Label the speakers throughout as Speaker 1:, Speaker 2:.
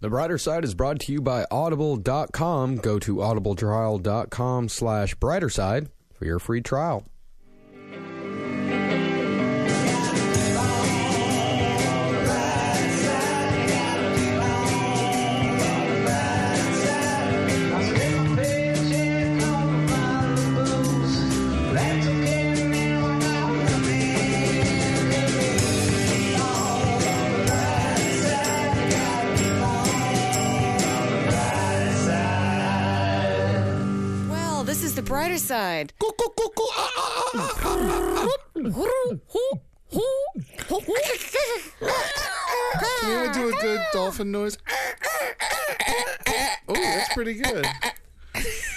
Speaker 1: The Brighter Side is brought to you by Audible.com. Go to audibletrial.com slash brighter side for your free trial.
Speaker 2: Well, this is the brighter side.
Speaker 3: ah, Can we do a good dolphin noise? Oh, that's pretty good.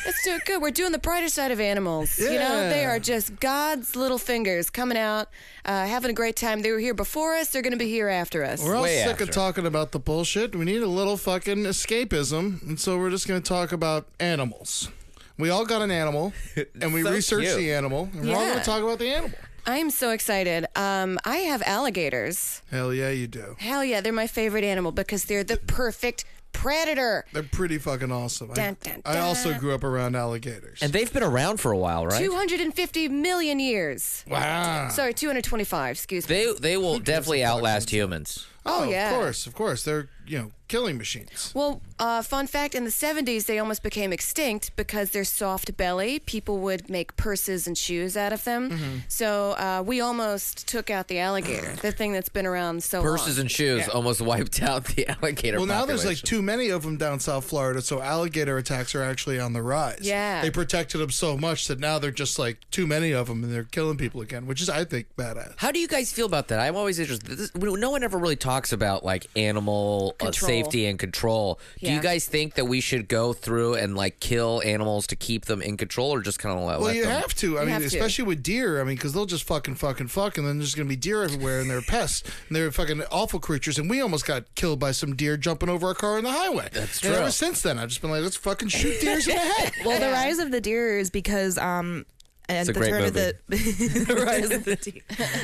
Speaker 2: Let's do it good. We're doing the brighter side of animals. You know, they
Speaker 3: Yeah.
Speaker 2: are just God's little fingers coming out, uh, having a great time. They were here before us. They're going to be here after us.
Speaker 3: We're all
Speaker 4: Way
Speaker 3: sick
Speaker 4: after.
Speaker 3: of talking about the bullshit. We need a little fucking escapism, and so we're just going to talk about animals. We all got an animal, and we
Speaker 4: So
Speaker 3: researched
Speaker 4: cute.
Speaker 3: the animal, and we're all
Speaker 2: Yeah.
Speaker 3: going to talk about the animal.
Speaker 2: I'm so excited. Um, I have alligators.
Speaker 3: Hell yeah, you do.
Speaker 2: Hell yeah, they're my favorite animal because they're the perfect predator.
Speaker 3: They're pretty fucking awesome. I-
Speaker 2: Dun, dun,
Speaker 3: I also
Speaker 2: dun.
Speaker 3: grew up around alligators.
Speaker 4: And they've been around for a while, right?
Speaker 2: 250 million years.
Speaker 3: wow.
Speaker 2: Sorry, 225, excuse me.
Speaker 4: They they will definitely outlast humans.
Speaker 3: oh,
Speaker 2: yeah.
Speaker 3: of course, of course. They're, you know, killing machines.
Speaker 2: Well, uh, fun fact in the 70s, they almost became extinct because they're soft belly. People would make purses and shoes out of them.
Speaker 3: Mm-hmm.
Speaker 2: So uh, we almost took out the alligator, the thing that's been around so
Speaker 4: Purses
Speaker 2: long.
Speaker 4: and shoes almost wiped out the alligator.
Speaker 3: Well, now there's like
Speaker 4: population.
Speaker 3: too many of them down South Florida, so alligator attacks are actually on the rise.
Speaker 2: Yeah.
Speaker 3: They protected them so much that now they're just like too many of them and they're killing people again, which is, I think, badass.
Speaker 4: How do you guys feel about that? I'm always interested. This, no one ever really talks about like animal uh,
Speaker 2: Control.
Speaker 4: safety and control. Do
Speaker 2: Yeah.
Speaker 4: you guys think that we should go through and like kill animals to keep them in control, or just kind of let,
Speaker 3: Well,
Speaker 4: let
Speaker 3: you
Speaker 4: them?
Speaker 3: have to. I
Speaker 2: have
Speaker 3: mean,
Speaker 2: to.
Speaker 3: especially with deer. I mean, because they'll just fucking, fucking, fuck, and then there's going to be deer everywhere, and they're pests, and they're fucking awful creatures. And we almost got killed by some deer jumping over our car on the highway. That's And
Speaker 4: true.
Speaker 3: ever since then, I've just been like, let's fucking shoot deers in the head.
Speaker 5: Well, the rise of the deer is because um, at
Speaker 4: a
Speaker 5: the
Speaker 4: great
Speaker 5: turn of the, the rise of the deer,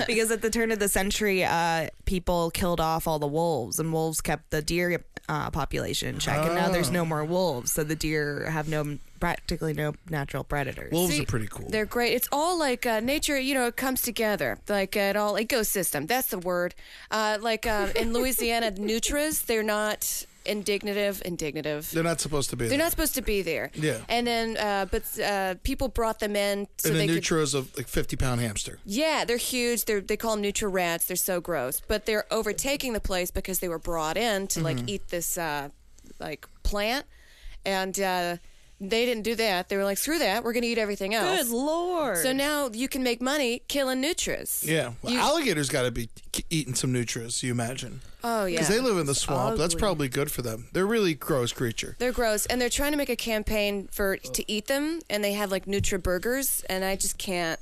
Speaker 5: because at the turn of the century, uh, people killed off all the wolves, and wolves kept the deer uh, population in check. And now there's no more wolves, so the deer have no practically no natural predators.
Speaker 3: Wolves
Speaker 2: See,
Speaker 3: are pretty cool.
Speaker 2: They're great. It's all like uh, nature, you know, it comes together. Like uh, it all ecosystem. That's the word. Uh, like uh, in Louisiana, nutras, they're not indignative, indignative.
Speaker 3: They're not supposed to be.
Speaker 2: They're
Speaker 3: there.
Speaker 2: not supposed to be there.
Speaker 3: Yeah.
Speaker 2: And then, uh, but uh, people brought them in so
Speaker 3: and
Speaker 2: they
Speaker 3: the
Speaker 2: could.
Speaker 3: neutros of like 50 pound hamster.
Speaker 2: Yeah, they're huge. They're, they call them Nutra rats. They're so gross, but they're overtaking the place because they were brought in to
Speaker 3: Mm-hmm.
Speaker 2: like eat this uh, like plant, and uh, they didn't do that. They were like, "Screw that! We're going to eat everything else."
Speaker 5: Good lord!
Speaker 2: So now you can make money killing Nutras.
Speaker 3: Yeah, well, alligators got to be k- eating some nutras. You imagine?
Speaker 2: Oh yeah.
Speaker 3: Because they live in the swamp. That's
Speaker 5: ugly.
Speaker 3: probably good for them. They're really gross creature.
Speaker 2: They're gross, and they're trying to make a campaign for to eat them, and they have like Nutra burgers, and I just can't.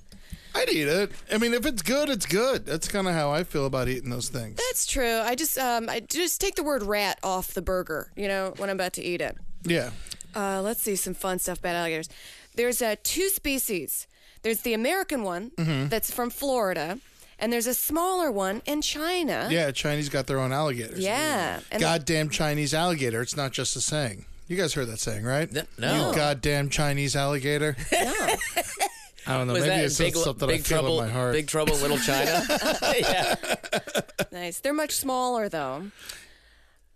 Speaker 3: I'd eat it. I mean, if it's good, it's good. That's kind of how I feel about eating those things.
Speaker 2: That's true. I just um, I just take the word rat off the burger. You know when I'm about to eat it.
Speaker 3: Yeah.
Speaker 2: Uh, let's see some fun stuff about alligators. There's uh, two species. There's the American one that's from Florida, and there's a smaller one in China.
Speaker 3: Yeah, Chinese got their own alligators.
Speaker 2: Yeah, and-
Speaker 3: goddamn Chinese alligator. It's not just a saying. You guys heard that saying, right?
Speaker 4: N- no.
Speaker 3: You goddamn Chinese alligator.
Speaker 2: No.
Speaker 3: I don't know.
Speaker 4: Was
Speaker 3: Maybe
Speaker 4: that
Speaker 3: it's
Speaker 4: big,
Speaker 3: something
Speaker 4: big
Speaker 3: I feel
Speaker 4: trouble?
Speaker 3: in my heart.
Speaker 4: Big trouble, in little China. yeah.
Speaker 2: nice. They're much smaller though.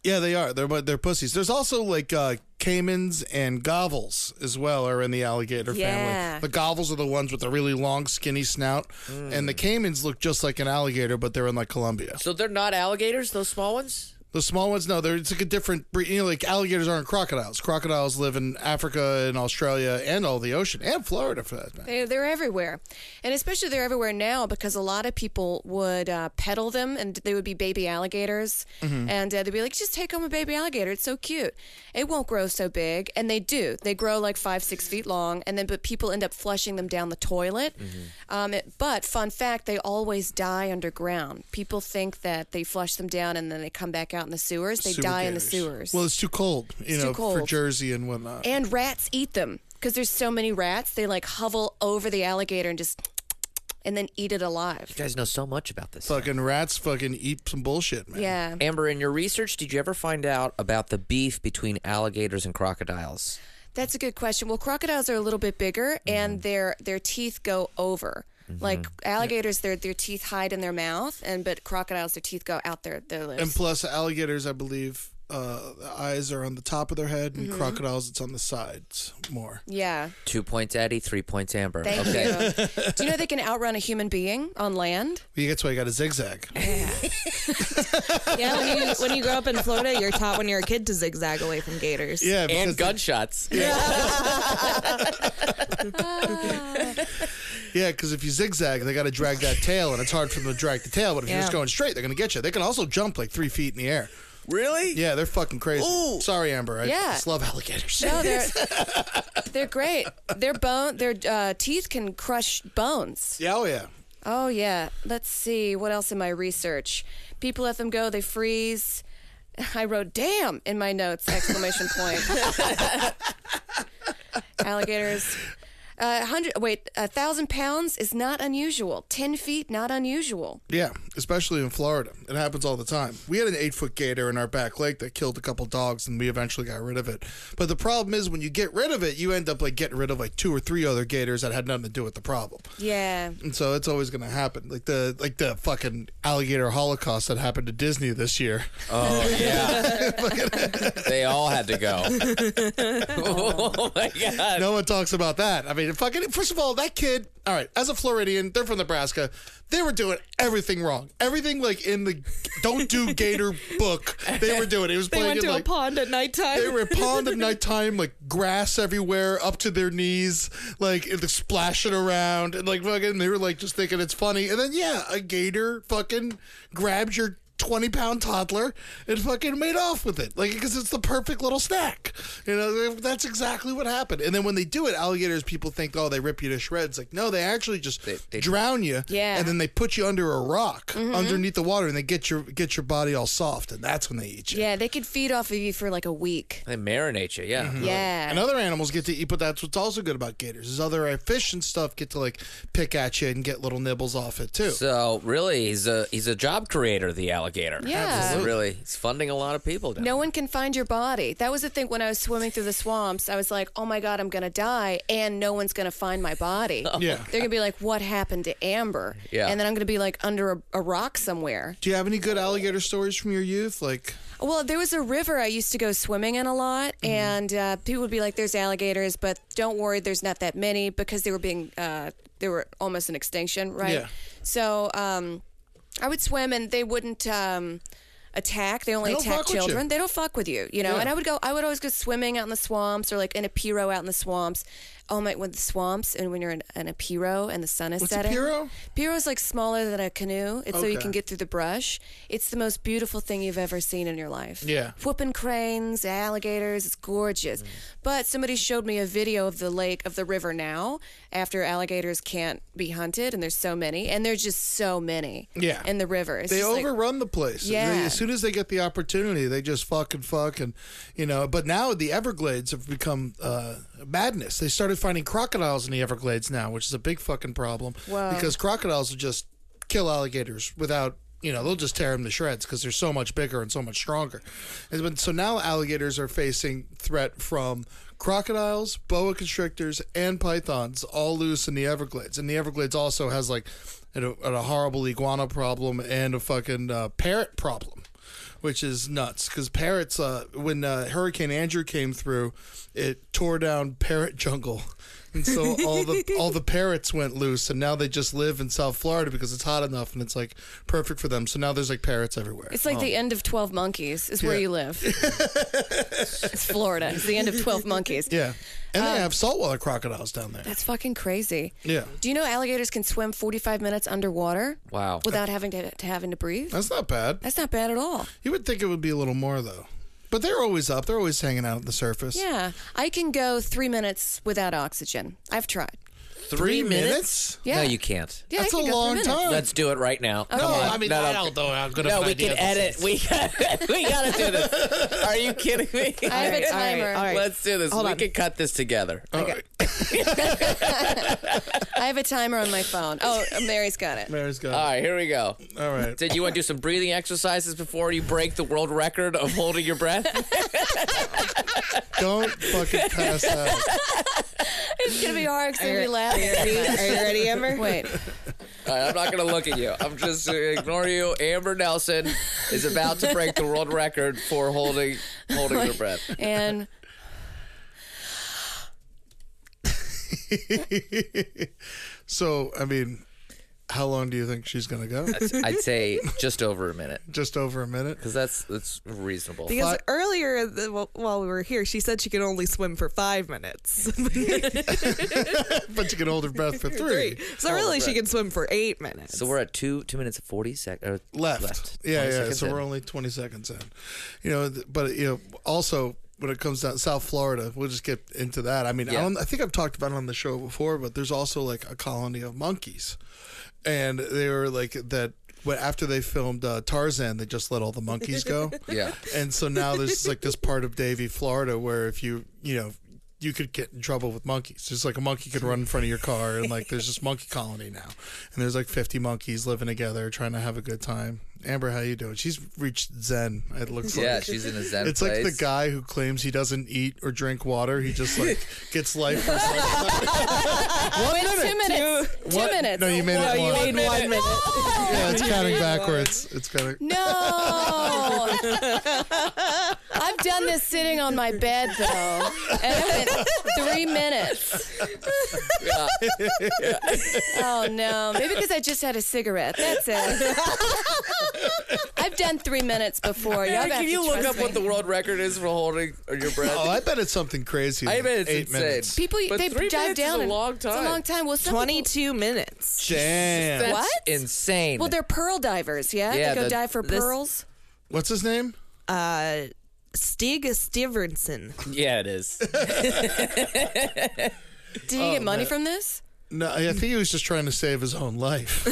Speaker 3: Yeah, they are. They're but they're pussies. There's also like uh, caimans and gobbles as well are in the alligator
Speaker 2: Yeah.
Speaker 3: family. The gobbles are the ones with the really long, skinny snout, and the caimans look just like an alligator, but they're in like Colombia.
Speaker 4: So they're not alligators. Those small ones.
Speaker 3: The small ones, no, they're it's like a different breed. You know, like alligators aren't crocodiles. Crocodiles live in Africa and Australia and all the ocean and Florida for that matter.
Speaker 2: They, they're everywhere, and especially they're everywhere now because a lot of people would uh, peddle them, and they would be baby alligators, and uh, they'd be like, "Just take home a baby alligator. It's so cute. It won't grow so big." And they do. They grow like five, six feet long, and then but people end up flushing them down the toilet. Um, it- but fun fact, they always die underground. People think that they flush them down and then they come back out in the sewers. They
Speaker 3: Sewer
Speaker 2: die in the
Speaker 3: gators.
Speaker 2: sewers.
Speaker 3: Well, it's too cold, you
Speaker 2: It's
Speaker 3: know,
Speaker 2: too cold.
Speaker 3: for Jersey and whatnot.
Speaker 2: and rats eat them because there's so many rats. They like hovel over the alligator and just and then eat it alive.
Speaker 4: You guys know so much about this.
Speaker 3: Fucking rats fucking eat some bullshit, man.
Speaker 2: Yeah.
Speaker 4: Amber, in your research, did you ever find out about the beef between alligators and crocodiles?
Speaker 2: That's a good question. Well, crocodiles are a little bit bigger, and their their teeth go over. Like alligators, their their teeth hide in their mouth, and but crocodiles, their teeth go out their their lips.
Speaker 3: And plus, alligators, I believe, uh, the eyes are on the top of their head, and crocodiles, it's on the sides more.
Speaker 2: yeah.
Speaker 4: Two points, Eddie. Three points, Amber.
Speaker 2: Thank
Speaker 4: okay.
Speaker 2: you. Do you know they can outrun a human being on land?
Speaker 3: Yeah, That's why you got a zigzag.
Speaker 5: Yeah, when you when you grow up in Florida, you're taught when you're a kid to zigzag away from gators.
Speaker 3: Yeah, because
Speaker 4: And gunshots.
Speaker 3: yeah, 'cause if you zigzag, they got to drag that tail, and it's hard for them to drag the tail. But if you're
Speaker 5: Yeah.
Speaker 3: just going straight, they're gonna get you. They can also jump like three feet in the air.
Speaker 4: Really?
Speaker 3: Yeah, they're fucking crazy. Sorry, Amber. I
Speaker 2: Yeah.
Speaker 3: just love alligators.
Speaker 2: No, they're they're great. Their bone, their uh, teeth can crush bones.
Speaker 3: Yeah, oh yeah.
Speaker 2: Oh yeah. Let's see what else in my research. People let them go. They freeze. I wrote "damn" in my notes. Exclamation point. Alligators. Uh, hundred. Wait, a thousand pounds is not unusual. Ten feet, not unusual.
Speaker 3: Yeah, especially in Florida. It happens all the time. We had an eight foot gator in our back lake that killed a couple dogs, and we eventually got rid of it. But the problem is, when you get rid of it, you end up like getting rid of like two or three other gators that had nothing to do with the problem.
Speaker 2: Yeah.
Speaker 3: And so it's always going to happen. Like the like the fucking alligator holocaust that happened to Disney this year.
Speaker 5: Uh,
Speaker 4: Oh yeah. they all had to go. oh my god.
Speaker 3: No one talks about that. I mean, fucking first of all, that kid. All right, as a Floridian, they're from Nebraska. They were doing everything wrong. Everything like in the don't do gator book. They were doing. It was
Speaker 5: They
Speaker 3: playing
Speaker 5: went
Speaker 3: in,
Speaker 5: to
Speaker 3: like,
Speaker 5: a pond at nighttime.
Speaker 3: They were at pond at nighttime, like grass everywhere, up to their knees, like it- splashing around, and like fucking. They were like just thinking it's funny, and then yeah, a gator fucking grabbed your twenty pound toddler and fucking made off with it, like because it's the perfect little snack. You know, that's exactly what happened. And then when they do it, alligators, people think, oh, they rip you to shreds. Like no, they actually just
Speaker 4: they- Mm-hmm.
Speaker 3: drown you,
Speaker 2: Yeah.
Speaker 3: and then they put you under a rock underneath the water, and they get your get your body all soft, and that's when they eat you.
Speaker 2: Yeah, they could feed off of you for like a week.
Speaker 4: They marinate you. Yeah.
Speaker 2: Mm-hmm. Yeah.
Speaker 3: And other animals get to eat, but that's what's also good about gators is other uh, fish and stuff get to like pick at you and get little nibbles off it too.
Speaker 4: So really, he's a he's a job creator, the alligator.
Speaker 2: Yeah.
Speaker 4: It's
Speaker 2: Absolutely.
Speaker 4: really, he's funding a lot of people. Down
Speaker 2: No one can find your body. That was the thing when I was swimming through the swamps. I was like, oh my God, I'm going to die, and no one's going to find my body.
Speaker 3: Yeah.
Speaker 2: They're going to be like, what happened to Amber?
Speaker 4: Yeah.
Speaker 2: And then I'm going to be like under a, a rock somewhere.
Speaker 3: Do you have any good alligator stories from your youth? Like,
Speaker 2: Well, there was a river I used to go swimming in a lot,
Speaker 3: Mm-hmm.
Speaker 2: and uh, people would be like, there's alligators, but don't worry, there's not that many because they were being, uh, they were almost in extinction, right?
Speaker 3: Yeah.
Speaker 2: So um, I would swim, and they wouldn't. Um, Attack. They only
Speaker 3: They don't
Speaker 2: attack
Speaker 3: fuck with you.
Speaker 2: children. They don't fuck with you, you know.
Speaker 3: Yeah.
Speaker 2: And I would go. I would always go swimming out in the swamps or like in a piro out in the swamps. Oh my, with the swamps and when you're in, in a piro and the sun is
Speaker 3: What's a
Speaker 2: setting.
Speaker 3: piro?
Speaker 2: Piro is like smaller than a canoe. It's so you
Speaker 3: Okay.
Speaker 2: can get through the brush. It's the most beautiful thing you've ever seen in your life.
Speaker 3: Yeah. Mm.
Speaker 2: Whooping cranes, alligators. It's gorgeous. But somebody showed me a video of the lake, of the river now, after alligators can't be hunted, and there's so many, and there's just so many.
Speaker 3: Yeah.
Speaker 2: In the river. It's
Speaker 3: they
Speaker 2: just like-
Speaker 3: overrun the place. They-
Speaker 2: Yeah.
Speaker 3: as soon as they get the opportunity, they just fuck and fuck and you know. But now the Everglades have become uh, madness. They started finding crocodiles in the Everglades now, which is a big fucking problem
Speaker 2: Wow.
Speaker 3: because crocodiles will just kill alligators without. You know they'll just tear them to shreds because they're so much bigger and so much stronger. And but- so now alligators are facing threat from crocodiles, boa constrictors, and pythons, all loose in the Everglades. And the Everglades also has like and a, and a horrible iguana problem and a fucking uh, parrot problem, which is nuts. Because parrots, uh, when uh, Hurricane Andrew came through, it tore down parrot jungle, and so all the all the parrots went loose, and now they just live in South Florida because it's hot enough and it's like perfect for them. So now there's like parrots everywhere.
Speaker 2: It's like the end of 12 Monkeys, is where
Speaker 3: Yeah.
Speaker 2: you live. it's Florida. It's the end of 12 Monkeys.
Speaker 3: yeah, and
Speaker 2: Uh,
Speaker 3: they have saltwater crocodiles down there.
Speaker 2: That's fucking crazy.
Speaker 3: Yeah.
Speaker 2: Do you know alligators can swim 45 minutes underwater?
Speaker 4: Wow.
Speaker 2: Without having to, to having to breathe?
Speaker 3: That's not bad.
Speaker 2: That's not bad at all.
Speaker 3: You would think it would be a little more though. But they're always up. They're always hanging out at the surface.
Speaker 2: Yeah. I can go three minutes without oxygen. I've tried.
Speaker 4: Three minutes?
Speaker 2: Yeah.
Speaker 4: No, you can't.
Speaker 2: Yeah, I
Speaker 3: That's
Speaker 2: can
Speaker 3: a
Speaker 2: go three
Speaker 3: long
Speaker 2: minutes.
Speaker 3: time.
Speaker 4: Let's do it right now.
Speaker 3: no,
Speaker 4: Come on.
Speaker 3: I mean,
Speaker 4: no, no.
Speaker 3: I don't know how good
Speaker 4: No,
Speaker 3: of an
Speaker 4: we
Speaker 3: idea
Speaker 4: can
Speaker 3: this is.
Speaker 4: edit. We got. we gotta do this. Are you kidding me?
Speaker 2: I have a
Speaker 5: All right, all
Speaker 2: timer.
Speaker 5: right, all right.
Speaker 4: Let's do this. we can cut this together.
Speaker 2: I have a timer on my phone. Oh, Mary's got it.
Speaker 3: Mary's got
Speaker 4: All right, here we go.
Speaker 3: it. All right.
Speaker 4: Did you want to do some breathing exercises before you break the world record of holding your breath?
Speaker 3: Don't fucking pass out.
Speaker 2: It's gonna be hard because we
Speaker 5: Are you ready,
Speaker 2: laugh.
Speaker 5: are you ready Amber?
Speaker 2: Wait,
Speaker 4: All right, I'm not going to look at you. I'm just going to ignore you. Amber Nelson is about to break the world record for holding holding your breath.
Speaker 2: and
Speaker 3: So, I mean, how long do you think she's going to go?
Speaker 4: I'd say just over a minute
Speaker 3: Just over a minute?
Speaker 4: because that's that's reasonable.
Speaker 5: Because
Speaker 3: Fi-
Speaker 5: earlier, the, wh- while we were here, she said she could only swim for five minutes.
Speaker 3: But you can hold her breath for three.
Speaker 5: so really, she can swim for eight minutes.
Speaker 4: So we're at two two minutes and forty seconds.
Speaker 3: Left. Yeah,
Speaker 4: 20
Speaker 3: yeah.
Speaker 4: seconds
Speaker 3: So
Speaker 4: in.
Speaker 3: we're only 20 seconds in. You know, th- but, you know, also when it comes down South Florida, we'll just get into that. I mean, I,
Speaker 4: Yeah.
Speaker 3: don't, I think I've talked about it on the show before, but there's also like a colony of monkeys. And they were like that. But after they filmed uh, Tarzan, they just let all the monkeys go.
Speaker 4: Yeah.
Speaker 3: and so now there's like this part of Davie, Florida, where if you you know you could get in trouble with monkeys. Just like a monkey could run in front of your car, and like there's this monkey colony now, and there's like 50 monkeys living together trying to have a good time. Amber, how you doing? She's reached Zen. It looks like.
Speaker 4: Yeah, she's in a zen
Speaker 3: It's
Speaker 4: place.
Speaker 3: like the guy who claims he doesn't eat or drink water. He just like gets life. For
Speaker 2: wait, two minutes. Two, minutes. Oh!
Speaker 3: No, you made it one.
Speaker 5: one minute.
Speaker 3: yeah, it's counting backwards. It's kind of.
Speaker 2: No. I've done this sitting on my bed though, and it went three minutes. oh no, maybe because I just had a cigarette. That's it. I've done three minutes before. Y'all have
Speaker 4: Can
Speaker 2: to
Speaker 4: you look
Speaker 2: trust
Speaker 4: up what
Speaker 2: me.
Speaker 4: the world record is for holding your breath?
Speaker 3: Oh, I bet it's something crazy.
Speaker 4: I
Speaker 3: like
Speaker 4: bet it's
Speaker 3: eight
Speaker 4: insane.
Speaker 3: minutes.
Speaker 2: people?
Speaker 4: But
Speaker 2: they
Speaker 4: three
Speaker 2: dive
Speaker 4: minutes is
Speaker 2: down
Speaker 4: a
Speaker 2: and-
Speaker 4: long
Speaker 2: It's a
Speaker 4: time.
Speaker 2: long time. Well, some people-
Speaker 5: Twenty-two minutes.
Speaker 3: Damn.
Speaker 4: That's
Speaker 2: What?
Speaker 4: Insane.
Speaker 2: Well, they're pearl divers. Yeah,
Speaker 4: Yeah,
Speaker 2: they go
Speaker 4: the-
Speaker 2: dive for
Speaker 5: this-
Speaker 2: pearls.
Speaker 3: What's his name?
Speaker 5: Uh, Stig Stevenson.
Speaker 4: yeah, it is.
Speaker 2: Did
Speaker 4: Oh,
Speaker 2: you get money from this?
Speaker 3: No, I I think he was just trying to save his own life.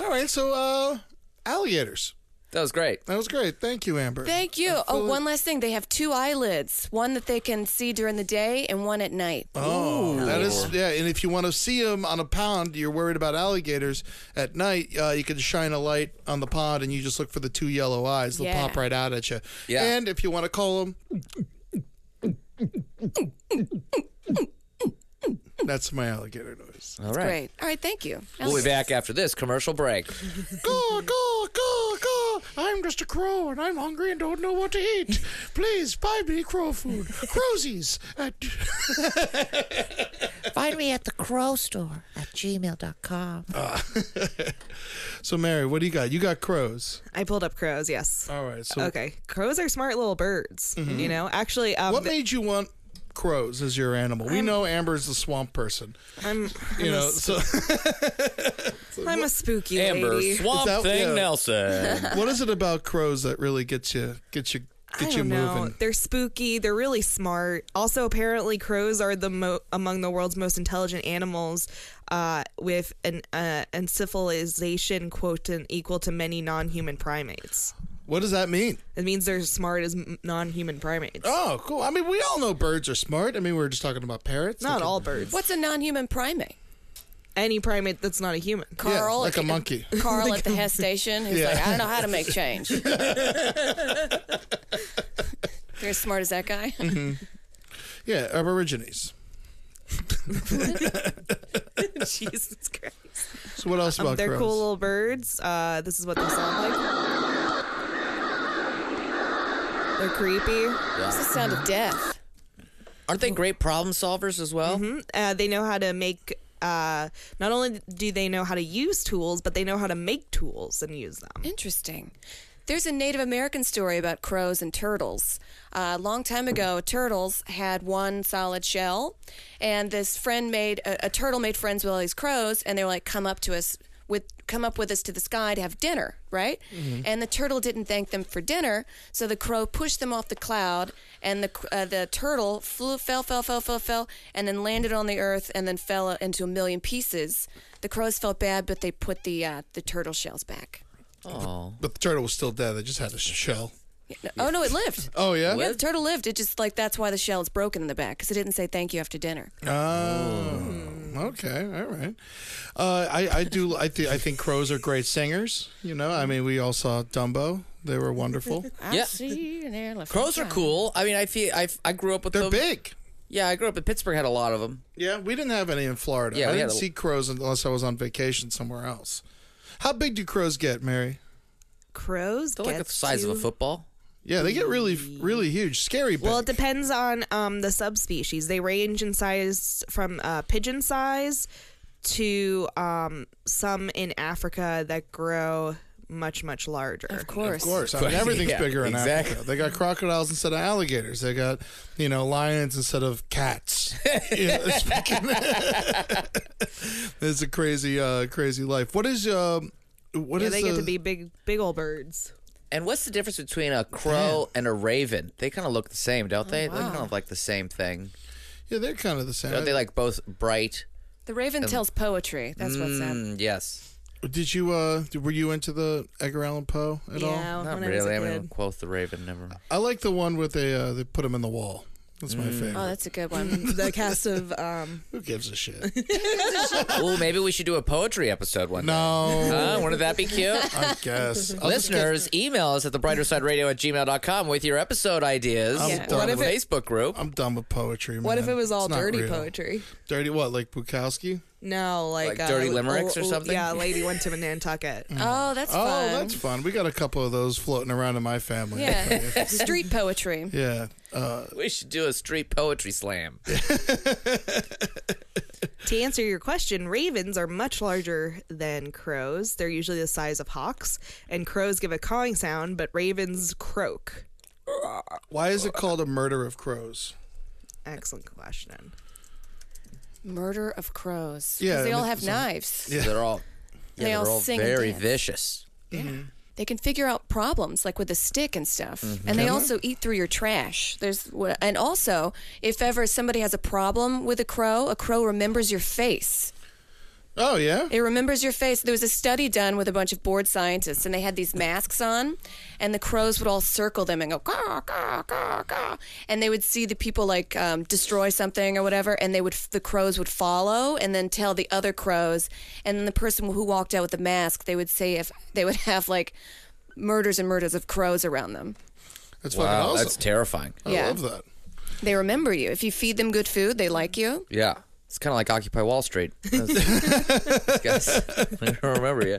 Speaker 3: All right, so uh, alligators.
Speaker 4: That was great.
Speaker 3: That was great. Thank you, Amber.
Speaker 2: Thank you. Oh, one last thing. They have two eyelids, one that they can see during the day and one at night.
Speaker 3: oh, that is yeah. And if you want to see them on a pond, you're worried about alligators at night. Uh, you can shine a light on the pond, and you just look for the two yellow eyes. They'll
Speaker 2: Yeah.
Speaker 3: pop right out at you.
Speaker 4: Yeah.
Speaker 3: And if you want to call them. That's my alligator noise.
Speaker 4: All right.
Speaker 2: Great. All right. Thank you.
Speaker 4: We'll be back after this commercial break.
Speaker 3: Caw, caw, caw, caw. I'm just a crow and I'm hungry and don't know what to eat. Please buy me crow food. Crowsies. At...
Speaker 6: Find me at the crow store at gmail.com.
Speaker 7: Uh,
Speaker 3: So, Mary, what do you got? You got crows.
Speaker 5: I pulled up crows. Yes.
Speaker 3: All right. So,
Speaker 5: Okay. Crows are smart little birds. You know, actually, um,
Speaker 3: Mm-hmm. what made you want crows as your animal? We know Amber's the swamp person.
Speaker 5: I'm
Speaker 3: You know, so
Speaker 5: I'm a spooky
Speaker 4: Amber
Speaker 5: lady.
Speaker 4: Swamp
Speaker 3: Is that-
Speaker 4: Thing
Speaker 3: yeah.
Speaker 4: Nelson.
Speaker 3: what is it about crows that really gets you, gets you,
Speaker 5: I
Speaker 3: gets you
Speaker 5: don't know.
Speaker 3: moving?
Speaker 5: They're spooky. They're really smart. Also, apparently, crows are the mo- among the world's most intelligent animals, uh, with an uh, encephalization quotient equal to many non-human primates.
Speaker 3: What does that mean?
Speaker 5: It means they're as smart as m- non-human primates.
Speaker 3: Oh, cool. I mean, we all know birds are smart. I mean, we were just talking about parrots.
Speaker 5: Not
Speaker 3: Like a-
Speaker 5: all birds.
Speaker 2: What's a non-human primate?
Speaker 5: Any primate that's not a human.
Speaker 3: Yeah,
Speaker 2: Carl,
Speaker 3: like a monkey.
Speaker 2: Carl at the Hess station, who's like, I don't know how to make change. You're as smart as that guy.
Speaker 3: Yeah, aborigines.
Speaker 5: Jesus Christ.
Speaker 3: So, what else about
Speaker 5: Um, they're
Speaker 3: crows?
Speaker 5: cool little birds. Uh, this is what they sound like. They're creepy.
Speaker 2: It's the sound of death.
Speaker 4: Aren't they great problem solvers as well?
Speaker 5: uh, they know how to make uh, not only do they know how to use tools but they know how to make tools and use them
Speaker 2: Interesting. There's a Native American story about crows and turtles. Uh, a long time ago, turtles had one solid shell, and this friend made a, a turtle made friends with all these crows, and they were like, "Come up to us." with come up with us to the sky to have dinner, right? And the turtle didn't thank them for dinner, so the crow pushed them off the cloud, and the cr- uh, the turtle flew, fell, fell, fell, fell, fell, and then landed on the earth, and then fell into a million pieces. The crows felt bad, but they put the uh, the turtle shells back.
Speaker 3: But the turtle was still dead. They just had a shell.
Speaker 2: Oh no, it lived.
Speaker 3: Oh yeah.
Speaker 2: Yeah, the turtle lived. It just like that's why the shell is broken in the back because it didn't say thank you after dinner.
Speaker 3: Oh. Okay. All right. Uh, I I do I think I think crows are great singers. You know. I mean, we all saw Dumbo. They were wonderful.
Speaker 4: Yeah.
Speaker 6: See an elephant.
Speaker 4: Crows are cool. I mean, I feel I, I grew up with
Speaker 3: They're
Speaker 5: Um,
Speaker 4: them.
Speaker 3: big.
Speaker 4: Yeah, I grew up in Pittsburgh. Had a lot of them.
Speaker 3: Yeah, we didn't have any in Florida.
Speaker 4: Yeah,
Speaker 3: I
Speaker 4: we
Speaker 3: didn't
Speaker 4: had a-
Speaker 3: see crows unless I was on vacation somewhere else. How big do crows get, Mary?
Speaker 5: Crows
Speaker 4: They're like
Speaker 5: get
Speaker 4: the size of a
Speaker 5: to-
Speaker 4: football.
Speaker 3: Yeah, they get really, really huge. Scary big.
Speaker 5: Well, it depends on um, the subspecies. They range in size from uh, pigeon size to um, some in Africa that grow much, much larger.
Speaker 2: Of course.
Speaker 3: of course. I mean, everything's
Speaker 4: Yeah,
Speaker 3: bigger in
Speaker 4: exactly.
Speaker 3: Africa. They got crocodiles instead of alligators. They got, you know, lions instead of cats. You know, it's fucking- it's a crazy, uh, crazy life. What is, um, what
Speaker 5: Yeah,
Speaker 3: is
Speaker 5: they get
Speaker 3: the-
Speaker 5: to be big, big old birds.
Speaker 4: And what's the difference between a crow and a raven? They kind of look the same, don't they? They're kind of like the same thing.
Speaker 3: Yeah, they're kind of the same.
Speaker 4: Don't they like both bright?
Speaker 2: The raven tells poetry. That's what's up.
Speaker 4: Mm, yes.
Speaker 3: Did you, uh, were you into the Edgar Allan Poe at all?
Speaker 5: Yeah,
Speaker 4: Not
Speaker 5: when I was
Speaker 4: really.
Speaker 5: a
Speaker 4: I
Speaker 5: kid.
Speaker 4: mean, quote the raven. Never.
Speaker 3: I like the one where they uh, they put him in the wall. That's my
Speaker 4: Mm.
Speaker 3: favorite.
Speaker 2: Oh, that's a good one.
Speaker 5: the cast of um,
Speaker 3: Who gives a shit?
Speaker 4: Ooh, maybe we should do a poetry episode one. day.
Speaker 3: no,
Speaker 4: Huh? Wouldn't that be cute?
Speaker 3: I guess. I'll just get-
Speaker 4: Listeners, email us at thebrightersideradio at gmail.com with your episode ideas.
Speaker 3: I'm
Speaker 4: Yeah.
Speaker 3: done
Speaker 4: What if
Speaker 3: with
Speaker 4: it- Facebook group.
Speaker 3: I'm done with poetry.
Speaker 5: What
Speaker 3: man.
Speaker 5: if it was all
Speaker 3: It's not
Speaker 5: dirty
Speaker 3: real.
Speaker 5: poetry?
Speaker 3: Dirty what? Like Bukowski?
Speaker 5: No, like,
Speaker 4: Like dirty limericks or
Speaker 5: oh, oh,
Speaker 4: something?
Speaker 5: Yeah, a lady went to Nantucket.
Speaker 2: Oh, that's
Speaker 3: Oh,
Speaker 2: fun.
Speaker 3: that's fun. We got a couple of those floating around in my family.
Speaker 2: yeah. Street poetry.
Speaker 3: Yeah. Uh,
Speaker 4: we should do a street poetry slam.
Speaker 5: to answer your question, ravens are much larger than crows. They're usually the size of hawks, and crows give a cawing sound, but ravens croak.
Speaker 3: why is it called a murder of crows?
Speaker 5: Excellent question.
Speaker 2: Murder of crows.
Speaker 3: Yeah,
Speaker 2: Yeah. They all
Speaker 3: and
Speaker 2: have
Speaker 3: it's
Speaker 2: knives.
Speaker 4: They're all, yeah,
Speaker 2: They all
Speaker 4: they're all
Speaker 2: sing and
Speaker 4: very
Speaker 2: dance.
Speaker 4: vicious.
Speaker 2: They can figure out problems like with a stick and stuff. And they also eat through your trash. There's wha- and also if ever somebody has a problem with a crow, a crow remembers your face.
Speaker 3: Oh yeah.
Speaker 2: It remembers your face. There was a study done with a bunch of board scientists, and they had these masks on, and the crows would all circle them and go, caw, caw, caw, caw. and they would see the people like um, destroy something or whatever, and they would the crows would follow and then tell the other crows, and then the person who walked out with the mask, they would say if they would have like murders and murders of crows around them.
Speaker 3: That's fucking
Speaker 4: Wow,
Speaker 3: awesome.
Speaker 4: that's terrifying.
Speaker 3: I
Speaker 2: yeah.
Speaker 3: love that.
Speaker 2: They remember you if you feed them good food, they like you.
Speaker 4: Yeah. It's kind of like Occupy Wall Street. Guys, I don't remember you.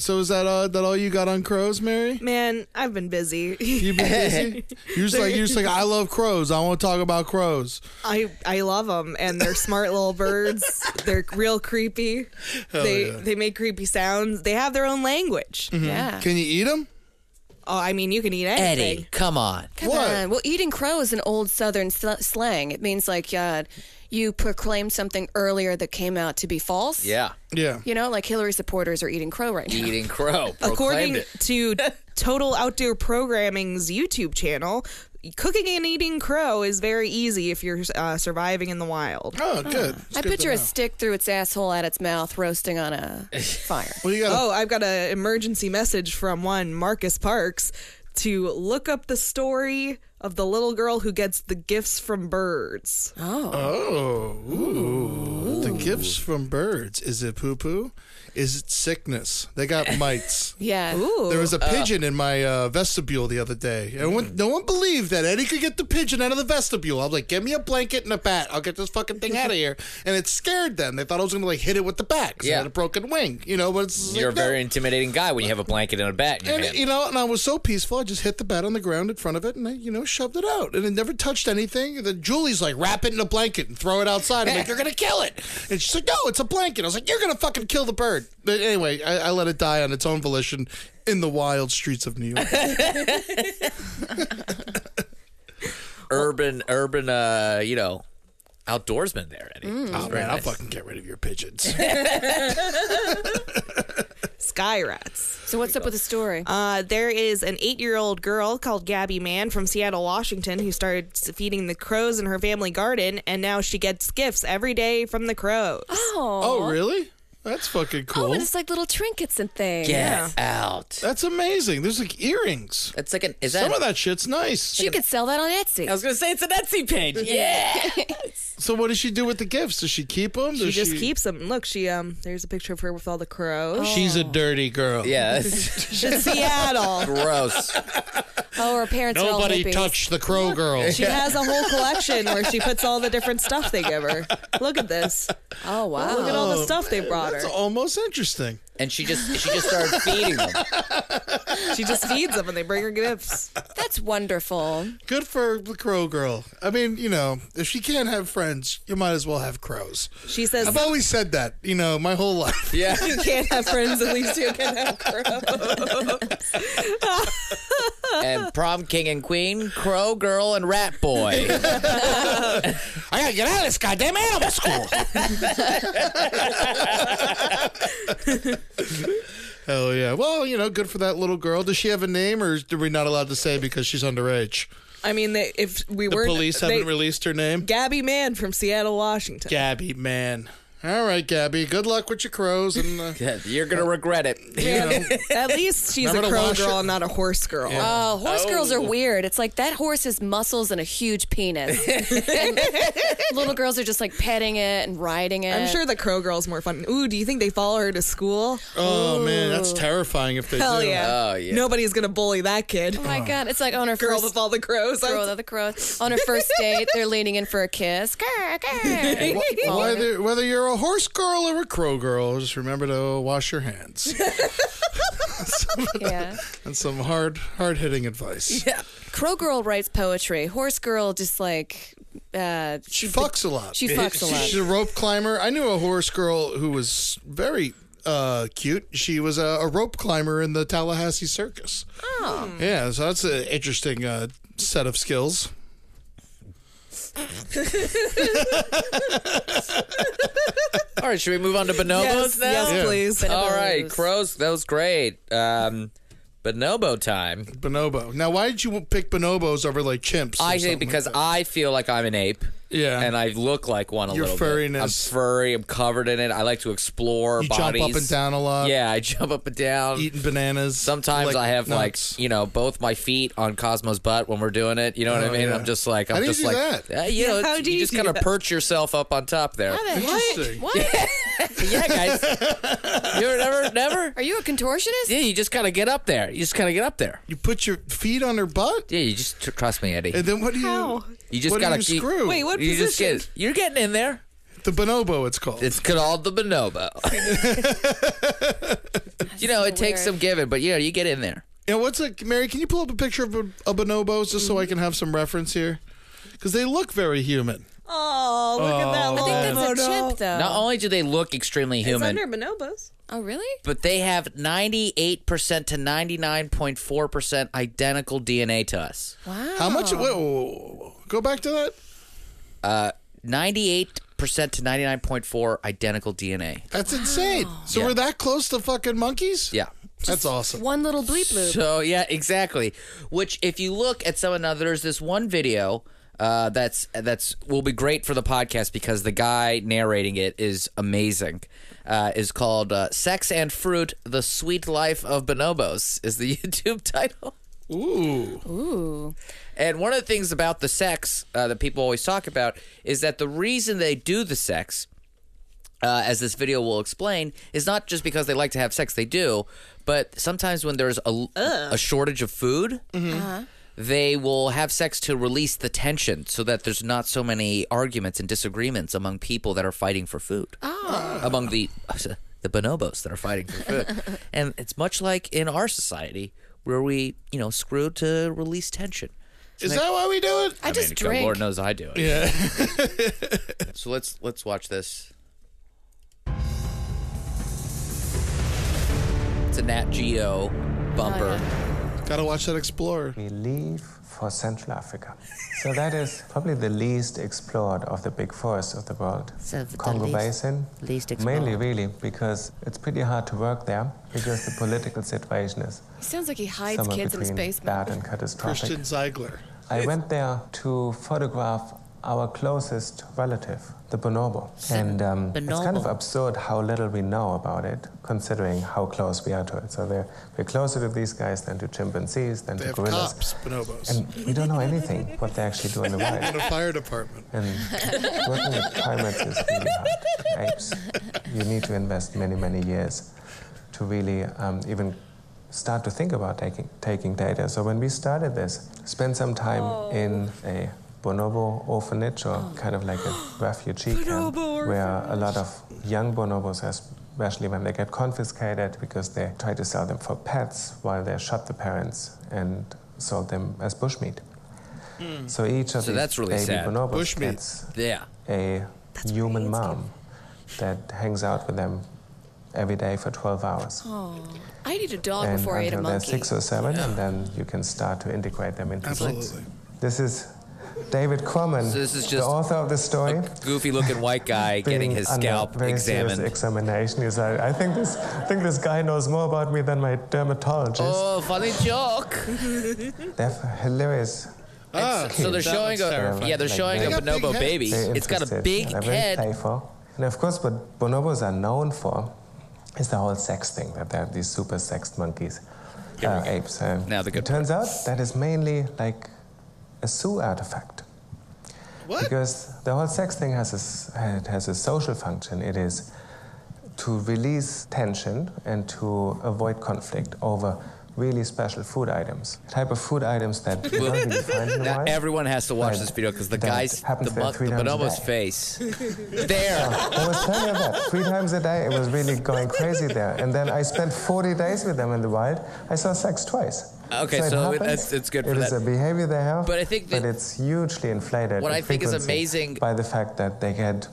Speaker 3: so is that uh, that all you got on crows, Mary?
Speaker 5: Man, I've been busy.
Speaker 3: You've been busy. you're just like you're just like I love crows. I want to talk about crows.
Speaker 5: I I love them, and they're smart little birds. They're real creepy. they they make creepy sounds. They have their own language.
Speaker 4: Mm-hmm.
Speaker 2: Yeah.
Speaker 3: Can you eat them?
Speaker 5: Oh, I mean, you can eat anything.
Speaker 4: Eddie, come on.
Speaker 2: Come
Speaker 3: What?
Speaker 2: on. Well, eating crow is an old Southern sl- slang. It means like uh, you proclaimed something earlier that came out to be false.
Speaker 4: Yeah.
Speaker 3: Yeah.
Speaker 2: You know, like Hillary supporters are eating crow right now.
Speaker 4: Eating crow. Proclaimed
Speaker 5: According
Speaker 4: it.
Speaker 5: to Total Outdoor Programming's YouTube channel, cooking and eating crow is very easy if you're uh, surviving in the wild.
Speaker 3: Oh, good. It's
Speaker 2: I
Speaker 3: good to
Speaker 2: picture a
Speaker 3: know.
Speaker 2: stick through its asshole at its mouth roasting on a fire.
Speaker 3: Well, you got
Speaker 5: Oh, I've got an emergency message from one Marcus Parks to look up the story of the little girl who gets the gifts from birds.
Speaker 3: Oh, ooh. The gifts from birds. Is it poo poo? Is it sickness? They got mites.
Speaker 2: Yeah.
Speaker 3: There was a pigeon in my uh, vestibule the other day. And one, no one believed that Eddie could get the pigeon out of the vestibule. I'm like, give me a blanket and a bat. I'll get this fucking thing out of here. And it scared them. They thought I was going to like hit it with the bat 'cause it
Speaker 4: Yeah.
Speaker 3: had a broken wing. You know, but it's just
Speaker 4: You're a
Speaker 3: like, no.
Speaker 4: very intimidating guy when you have a blanket and a bat in your
Speaker 3: And
Speaker 4: hand.
Speaker 3: you know, and I was so peaceful. I just hit the bat on the ground in front of it, and I, you know, shoved it out, and it never touched anything. And then Julie's like, wrap it in a blanket and throw it outside. I'm like, you're gonna kill it. And she's like, no, it's a blanket. I was like, you're gonna fucking kill the bird. But anyway, I, I let it die on its own volition in the wild streets of New York.
Speaker 4: urban urban uh you know outdoorsman there, Eddie. It was
Speaker 3: Oh,
Speaker 4: very
Speaker 3: man, I'll
Speaker 4: nice.
Speaker 3: fucking get rid of your pigeons.
Speaker 5: Sky rats.
Speaker 2: So what's up with the story?
Speaker 5: Uh, there is an eight-year-old girl called Gabby Mann from Seattle, Washington, who started feeding the crows in her family garden, and now she gets gifts every day from the crows.
Speaker 2: oh,
Speaker 3: oh, really? That's fucking
Speaker 2: oh,
Speaker 3: cool.
Speaker 2: and it's like little trinkets and things.
Speaker 4: Get out.
Speaker 3: That's amazing. There's like earrings.
Speaker 4: That's like an. Is that?
Speaker 3: Some of that shit's nice.
Speaker 2: She could sell that on Etsy.
Speaker 4: I was gonna say it's an Etsy page. Yeah.
Speaker 3: So what does she do with the gifts? Does she keep them?
Speaker 5: She just keeps them. Look, she um, there's a picture of her with all the
Speaker 4: Oh.
Speaker 5: crows.
Speaker 3: She's a dirty girl.
Speaker 4: yeah. It's
Speaker 5: She's Seattle.
Speaker 4: gross.
Speaker 2: Oh, her parents are all
Speaker 3: Nobody
Speaker 2: hippies.
Speaker 3: touched the crow girl.
Speaker 5: She has a whole collection where she puts all the different stuff they give her. Look at this.
Speaker 2: Oh wow.
Speaker 5: Look at all the stuff they brought her.
Speaker 3: That's almost interesting.
Speaker 4: And she just she just started feeding them.
Speaker 5: She just feeds them and they bring her gifts.
Speaker 2: That's wonderful.
Speaker 3: Good for the crow girl. I mean, you know, if she can't have friends, you might as well have crows.
Speaker 5: She says
Speaker 3: I've always said that, you know, my whole life.
Speaker 4: Yeah.
Speaker 5: you can't have friends at least you can have crows.
Speaker 4: And prom king and queen, crow girl and rat boy.
Speaker 3: I gotta get out of this goddamn animal school. Hell yeah. Well, you know, good for that little girl. Does she have a name or are we not allowed to say because she's underage?
Speaker 5: I mean, they, if we
Speaker 3: The
Speaker 5: were
Speaker 3: police haven't released her name?
Speaker 5: Gabby Mann from Seattle, Washington.
Speaker 3: Gabby, man. All right, Gabby. Good luck with your crows. And uh,
Speaker 4: Yeah, You're gonna regret it.
Speaker 5: At least she's
Speaker 3: Remember
Speaker 5: a
Speaker 3: to
Speaker 5: crow
Speaker 3: wash
Speaker 5: girl
Speaker 3: it-
Speaker 5: and not a horse girl.
Speaker 2: Oh, horse girls are weird. It's like that horse has muscles and a huge penis. And little girls are just like petting it and riding it.
Speaker 5: I'm sure the crow girl's more fun. Ooh, do you think they follow her to school?
Speaker 3: oh man, that's terrifying if they
Speaker 5: Hell
Speaker 3: do.
Speaker 5: yeah.
Speaker 4: Oh, yeah.
Speaker 5: Nobody's going to bully that kid.
Speaker 2: Oh my god, it's like on her
Speaker 5: girl
Speaker 2: first
Speaker 5: with all the crows.
Speaker 2: girl with all the crows. On her first date, they're leaning in for a kiss. Grr, grr.
Speaker 3: Whether, whether you're a horse girl or a crow girl, just remember to wash your hands.
Speaker 2: yeah.
Speaker 3: and some hard, hard hitting advice.
Speaker 2: Crow girl writes poetry. Horse girl just like uh,
Speaker 3: She fucks a lot.
Speaker 2: she fucks a
Speaker 3: She-
Speaker 2: lot.
Speaker 3: She's a rope climber. I knew a horse girl who was very uh, cute. She was a, a rope climber in the Tallahassee Circus. Oh, yeah. So that's an interesting uh, set of skills.
Speaker 4: All right, should we move on to bonobos
Speaker 5: Yes,
Speaker 4: now?
Speaker 5: yes,
Speaker 3: Yeah.
Speaker 5: please.
Speaker 4: All right,
Speaker 2: Bonobos.
Speaker 4: crows. That was great. Um, bonobo time.
Speaker 3: Bonobo. Now, why did you pick bonobos over like chimps? or
Speaker 4: I
Speaker 3: something
Speaker 4: think because
Speaker 3: like
Speaker 4: I feel like I'm an ape.
Speaker 3: Yeah.
Speaker 4: And I look like one a
Speaker 3: Your
Speaker 4: little bit. I'm
Speaker 3: furriness.
Speaker 4: furry. I'm covered in it. I like to explore
Speaker 3: that? you
Speaker 4: bodies.
Speaker 3: jump up and down a lot.
Speaker 4: Yeah, I jump up and down.
Speaker 3: eating bananas.
Speaker 4: Sometimes
Speaker 3: like
Speaker 4: I have
Speaker 3: nuts.
Speaker 4: like you know both my feet on Cosmo's butt when we're doing it. You know what I
Speaker 3: Oh,
Speaker 4: mean?
Speaker 3: yeah.
Speaker 4: I'm just like I'm
Speaker 3: How do you
Speaker 4: just
Speaker 3: do
Speaker 4: like
Speaker 3: that?
Speaker 4: Uh, you know
Speaker 5: how
Speaker 4: it's-
Speaker 5: do
Speaker 4: you
Speaker 5: you
Speaker 4: just
Speaker 5: do
Speaker 4: kind of
Speaker 5: that?
Speaker 4: perch yourself up on top there.
Speaker 3: Interesting.
Speaker 2: What? what?
Speaker 4: yeah, guys. You're never never.
Speaker 2: Are you a contortionist?
Speaker 4: Yeah, you just kind of get up there. You just kind of get up there.
Speaker 3: You put your feet on her butt,
Speaker 4: Yeah, you just tr- trust me, Eddie.
Speaker 3: and then what do you?
Speaker 5: How?
Speaker 4: You just
Speaker 3: what
Speaker 4: gotta
Speaker 3: do you
Speaker 4: keep-
Speaker 3: screw?
Speaker 5: Wait, what
Speaker 4: you just
Speaker 5: position?
Speaker 4: get you're getting in there.
Speaker 3: The bonobo, it's called.
Speaker 4: It's called the bonobo. you know, it
Speaker 2: weird.
Speaker 4: takes some giving, but you know, you get in there.
Speaker 3: Yeah, what's a Mary? Can you pull up a picture of a, a bonobo just so I
Speaker 5: Mm-hmm.
Speaker 3: can have some reference here? Because they look very human.
Speaker 5: Oh, look at that.
Speaker 2: I
Speaker 5: little
Speaker 2: think that's a
Speaker 5: bono.
Speaker 2: chimp though.
Speaker 4: Not only do they look extremely
Speaker 5: Oh. It's
Speaker 4: human,
Speaker 5: under bonobos.
Speaker 2: Oh really?
Speaker 4: but they have 98% to 99.4% identical DNA to us.
Speaker 2: Wow.
Speaker 3: How much?
Speaker 5: Oh.
Speaker 3: Whoa, whoa, whoa, whoa. Go back to that.
Speaker 4: 98% to 99.4 identical DNA.
Speaker 3: That's insane. So
Speaker 4: Yeah.
Speaker 3: we're that close to fucking monkeys?
Speaker 4: Yeah.
Speaker 3: That's awesome.
Speaker 2: One little bleep loop.
Speaker 4: So yeah, exactly. Which, if you look at someone now, there's this one video uh, that's that's will be great for the podcast because the guy narrating it is amazing. Uh, is called uh, "Sex and Fruit: The Sweet Life of Bonobos" is the YouTube title.
Speaker 3: Ooh.
Speaker 2: Ooh.
Speaker 4: And one of the things about the sex uh, that people always talk about is that the reason they do the sex, uh, as this video will explain, is not just because they like to have sex. They do, but sometimes when there's a, a shortage of food. They will have sex to release the tension so that there's not so many arguments and disagreements among people that are fighting for food. Among the the bonobos that are fighting for food. and it's much like in our society where we, you know, screw to release tension.
Speaker 3: Is that why we do it?
Speaker 2: I, just
Speaker 4: God,
Speaker 2: drink.
Speaker 4: Lord knows I do it.
Speaker 3: Yeah.
Speaker 4: So let's let's watch this. It's a Nat Geo bumper.
Speaker 3: Gotta watch that Explorer.
Speaker 7: We leave for Central Africa. So that is probably the least explored of the big forests of the world.
Speaker 6: So the
Speaker 7: Congo
Speaker 6: least-
Speaker 7: Basin?
Speaker 6: least
Speaker 7: Mainly,
Speaker 6: explored.
Speaker 7: really, because it's pretty hard to work there because the political situation is
Speaker 2: He sounds like he hides
Speaker 7: somewhere
Speaker 2: kids in
Speaker 7: between
Speaker 2: space.
Speaker 7: bad and catastrophic.
Speaker 3: Christian Zeigler.
Speaker 7: I went there to photograph our closest relative, the bonobo. And um, it's kind of
Speaker 6: bonobo.
Speaker 7: absurd how little we know about it, considering how close we are to it. So they're, we're closer to these guys than to chimpanzees, than
Speaker 3: They
Speaker 7: to
Speaker 3: have
Speaker 7: gorillas.
Speaker 3: cops, bonobos,
Speaker 7: And we don't know anything what they actually do in the
Speaker 3: and
Speaker 7: wild.
Speaker 3: a fire department.
Speaker 7: And working with primates is really hard. Apes, you need to invest many, many years to really um, even start to think about taking, taking data. So when we started this, spent some time in a bonobo orphanage or kind of like a refugee camp where a lot of young bonobos especially when they get confiscated because they try to sell them for pets while they shot the parents and sold them as bushmeat. So each of
Speaker 4: Hmm. So
Speaker 7: these
Speaker 4: that's really
Speaker 7: baby
Speaker 4: sad.
Speaker 7: bonobos
Speaker 3: Bushmeat.
Speaker 7: gets
Speaker 4: Yeah.
Speaker 7: a human mom that hangs out with them every day for 12 hours.
Speaker 2: I need a dog
Speaker 7: and
Speaker 2: Oh. before I ate a
Speaker 7: until they're
Speaker 2: monkey.
Speaker 7: six or seven, and then you can start to integrate them into breeds.
Speaker 3: Absolutely.
Speaker 7: This is David Quammen,
Speaker 4: So this is
Speaker 7: the
Speaker 4: just
Speaker 7: author of the story.
Speaker 4: Goofy looking white guy getting
Speaker 7: being
Speaker 4: his
Speaker 7: under
Speaker 4: scalp
Speaker 7: very serious
Speaker 4: examined.
Speaker 7: Examination. He's like, I think this, I think this guy knows more about me than my dermatologist.
Speaker 4: Oh, funny joke.
Speaker 7: They're hilarious.
Speaker 3: Ah,
Speaker 4: so
Speaker 3: that
Speaker 4: they're showing
Speaker 3: looks
Speaker 4: a
Speaker 3: terrifying.
Speaker 4: yeah, they're
Speaker 7: Like
Speaker 4: showing a
Speaker 7: they
Speaker 3: got big
Speaker 4: bonobo
Speaker 3: heads.
Speaker 4: baby.
Speaker 7: They're
Speaker 4: It's got a
Speaker 7: interested.
Speaker 4: big
Speaker 7: They're very
Speaker 4: head.
Speaker 7: Playful. And of course, what bonobos are known for is the whole sex thing. That they're these super sexed monkeys, uh, apes. Um,
Speaker 4: Now the good
Speaker 7: It turns out that is mainly like a zoo artifact.
Speaker 3: What?
Speaker 7: Because the whole sex thing has a, s- it has a social function. It is to release tension and to avoid conflict over really special food items. Type of food items that you don't really find in the
Speaker 4: Now
Speaker 7: wild.
Speaker 4: everyone has to watch
Speaker 7: That-
Speaker 4: this video because the
Speaker 7: that
Speaker 4: guy's
Speaker 7: happens
Speaker 4: the,
Speaker 7: there
Speaker 4: mon- the
Speaker 7: three times a
Speaker 4: bonobo's
Speaker 7: day.
Speaker 4: face. there.
Speaker 7: I was telling you that three times a day. It was really going crazy there. And then I spent 40 days with them in the wild. I saw sex twice.
Speaker 4: Okay, so it- that's- it's good for
Speaker 7: It is
Speaker 4: that.
Speaker 7: a behavior they have.
Speaker 4: But I think
Speaker 7: but
Speaker 4: that-
Speaker 7: it's hugely inflated.
Speaker 4: What
Speaker 7: in
Speaker 4: I think is
Speaker 7: frequency
Speaker 4: amazing-
Speaker 7: by the fact that they get